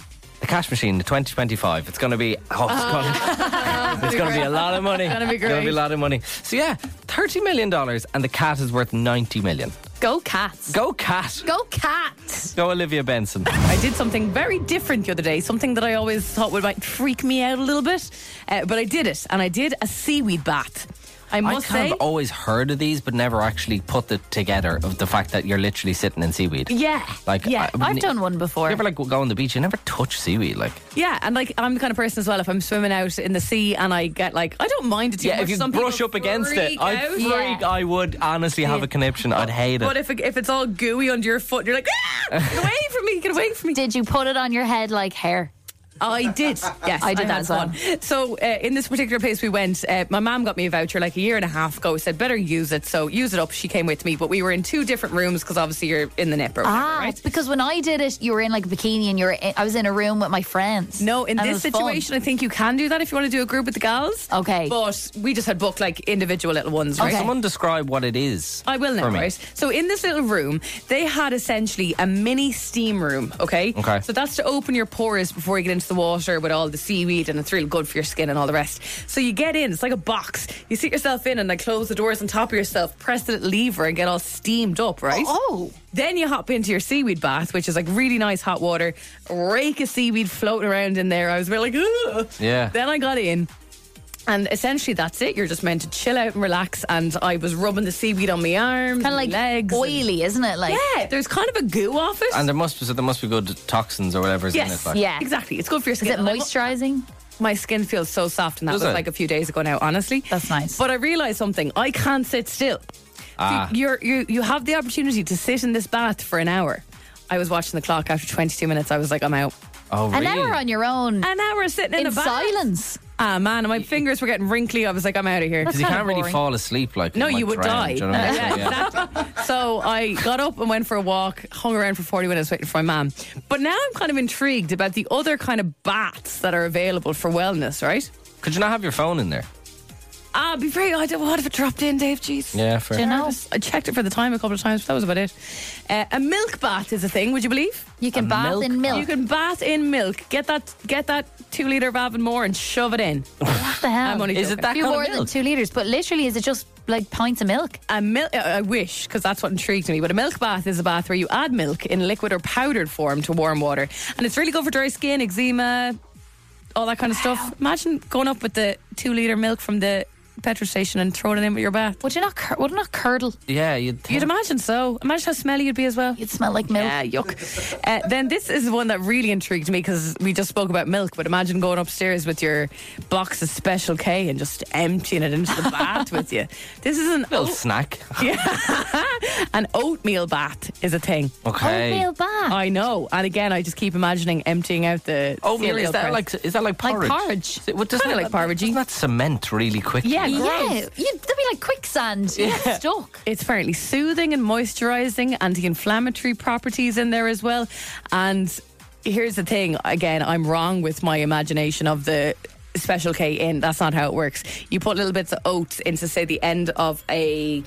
the cash machine, the 2025. It's going to be oh, it's gonna- it's going to be a lot of money. It's
gonna be
Going to be
great.
a lot of money. So yeah, $30 million and the cat is worth $90 million.
Go cats.
Go cat.
Go cats.
Go Olivia Benson.
I did something very different the other day, something that I always thought would might freak me out a little bit, uh, but I did it, and I did a seaweed bath. I
I
must
kind
say,
of always heard of these, but never actually put it together of the fact that you're literally sitting in seaweed.
Yeah.
Like
yeah,
I-
I've
e-
done one before.
You ever like go on the beach? You never touch seaweed. Like
yeah, and like I'm the kind of person as well. If I'm swimming out in the sea and I get like, I don't mind it too
yeah,
much.
if you
Some
brush
people
up against it,
freak
I
out.
freak. I would honestly have a conniption. I'd hate it.
But if it, if it's all gooey under your foot, you're like, ah, get away from me, get away from me.
Did you put it on your head like hair?
I did. Yes,
I did that
had
as well.
one. So uh, in this particular place we went, uh, my mom got me a voucher like a year and a half ago. Said better use it, so use it up. She came with me, but we were in two different rooms because obviously you're in the nip or whatever,
ah,
right?
it's because when I did it, you were in like a bikini and you were. In, I was in a room with my friends.
No, in
and it
this
was fun.
situation, I think you can do that if you want to do a group with the gals.
Okay.
But we just had booked like individual little ones, right?
Someone describe what it is.
I will now,
for me.
right? So in this little room, they had essentially a mini steam room, okay?
Okay.
So that's to open your pores before you get into the water with all the seaweed and it's really good for your skin and all the rest. So you get in, it's like a box. You sit yourself in and like close the doors on top of yourself, press the little lever and get all steamed up, right?
Oh.
Then you hop into your seaweed bath, which is like really nice hot water, rake of seaweed floating around in there. I was really like, Ugh.
Yeah.
Then I got in. And essentially, that's it. You're just meant to chill out and relax. And I was rubbing the seaweed on my arms, kind of like legs,
oily, isn't it? Like
yeah, there's kind of a goo off it.
And there must be so there must be good toxins or whatever is in it.
yes,
Like.
exactly. It's good for your
Is
skin.
it moisturising?
My skin feels so soft, and that
Does
was
it?
like a few days ago now. Honestly,
that's nice.
But I realised something. I can't sit still.
Ah.
See, You're, you you have the opportunity to sit in this bath for an hour. I was watching the clock after 22 minutes. I was like, I'm out.
Oh,
An
really?
hour on your own.
An hour sitting in, a
In
bath.
silence.
Ah man, my fingers were getting wrinkly. I was like, I'm out of here.
Because you can't really fall asleep. Like
No,
it might
you would
drown,
die.
do you know what I'm saying?
Yeah, exactly. so I got up and went for a walk, hung around for 40 minutes waiting for my mum. But now I'm kind of intrigued about the other kind of baths that are available for wellness, right?
Could you not have your phone in there?
Ah, be very. I don't, what if it dropped in, Dave? Jeez.
Yeah, fair.
Do you know? I checked it for the time a couple of times, but that was about it. Uh, a milk bath is a thing. Would you believe?
You can bath
milk
in
You
milk.
can bath in milk. Get that. Get that two liter of Avonmore and shove it in.
What the hell?
I'm only
Is it
joking.
that
Few
kind
more
of
than
milk?
two liters, but literally, is it just like pints of milk?
A milk, I wish, because that's what intrigued me. But a milk bath is a bath where you add milk in liquid or powdered form to warm water, and it's really good for dry skin, eczema, all that kind of stuff. Imagine going up with the two liter milk from the petrol station and throwing it in with your bath.
Would you not? Cur- would it not curdle?
Yeah, you'd. Think.
You'd imagine so. Imagine how smelly you'd be as well.
You'd smell like milk.
Yeah, yuck. Uh, then this is one that really intrigued me because we just spoke about milk, but imagine going upstairs with your box of Special K and just emptying it into the bath with you. This is an
Little
oat-
snack.
an oatmeal bath is a thing.
Okay.
Oatmeal bath.
I know. And again, I just keep imagining emptying out the
Oatmeal
cereal
Oh, is that
press.
like is that like
Like
porridge?
porridge.
Is it- well, doesn't
Kinda
it-
like porridge-y.
Doesn't that cement really quickly?
Yeah, Oh, gross.
Yeah, you'd, that'd be like quicksand. You'd get stuck.
It's apparently soothing and moisturizing, anti-inflammatory properties in there as well. And here's the thing: again, I'm wrong with my imagination of the special K in. That's not how it works. You put little bits of oats into, say, the end of a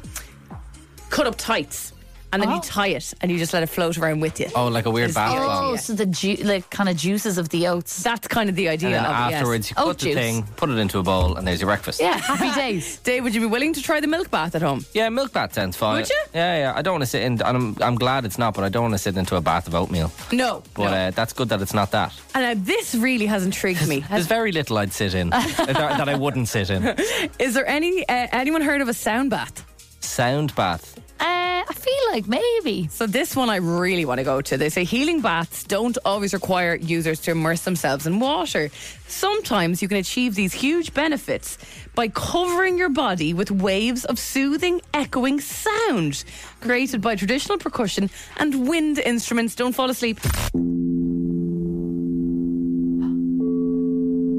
cut up tights, and then
Oh.
you tie it, and you just let it float around with you.
Oh, like a weird
Is
bath
the
bomb.
Oh, so the ju- like kind of juices of the oats.
That's kind of the idea.
And then
of it, Oh, yes.
afterwards, you
Oat
put the
juice.
thing, put it into a bowl, and there's your breakfast.
Yeah, happy days.
Dave, would you be willing to try the milk bath at home?
Yeah, milk bath sounds fine.
Would you?
Yeah, yeah. I don't want to sit in. And I'm, I'm glad it's not, but I don't want to sit into a bath of oatmeal.
No.
But uh, that's good that it's not that.
And now this really has intrigued me.
There's very little I'd sit in that, that I wouldn't sit in.
Is there any uh, anyone heard of a sound bath?
Sound bath.
Uh, I feel like maybe.
So this one I really want to go to. They say healing baths don't always require users to immerse themselves in water. Sometimes you can achieve these huge benefits by covering your body with waves of soothing, echoing sound created by traditional percussion and wind instruments. Don't fall asleep.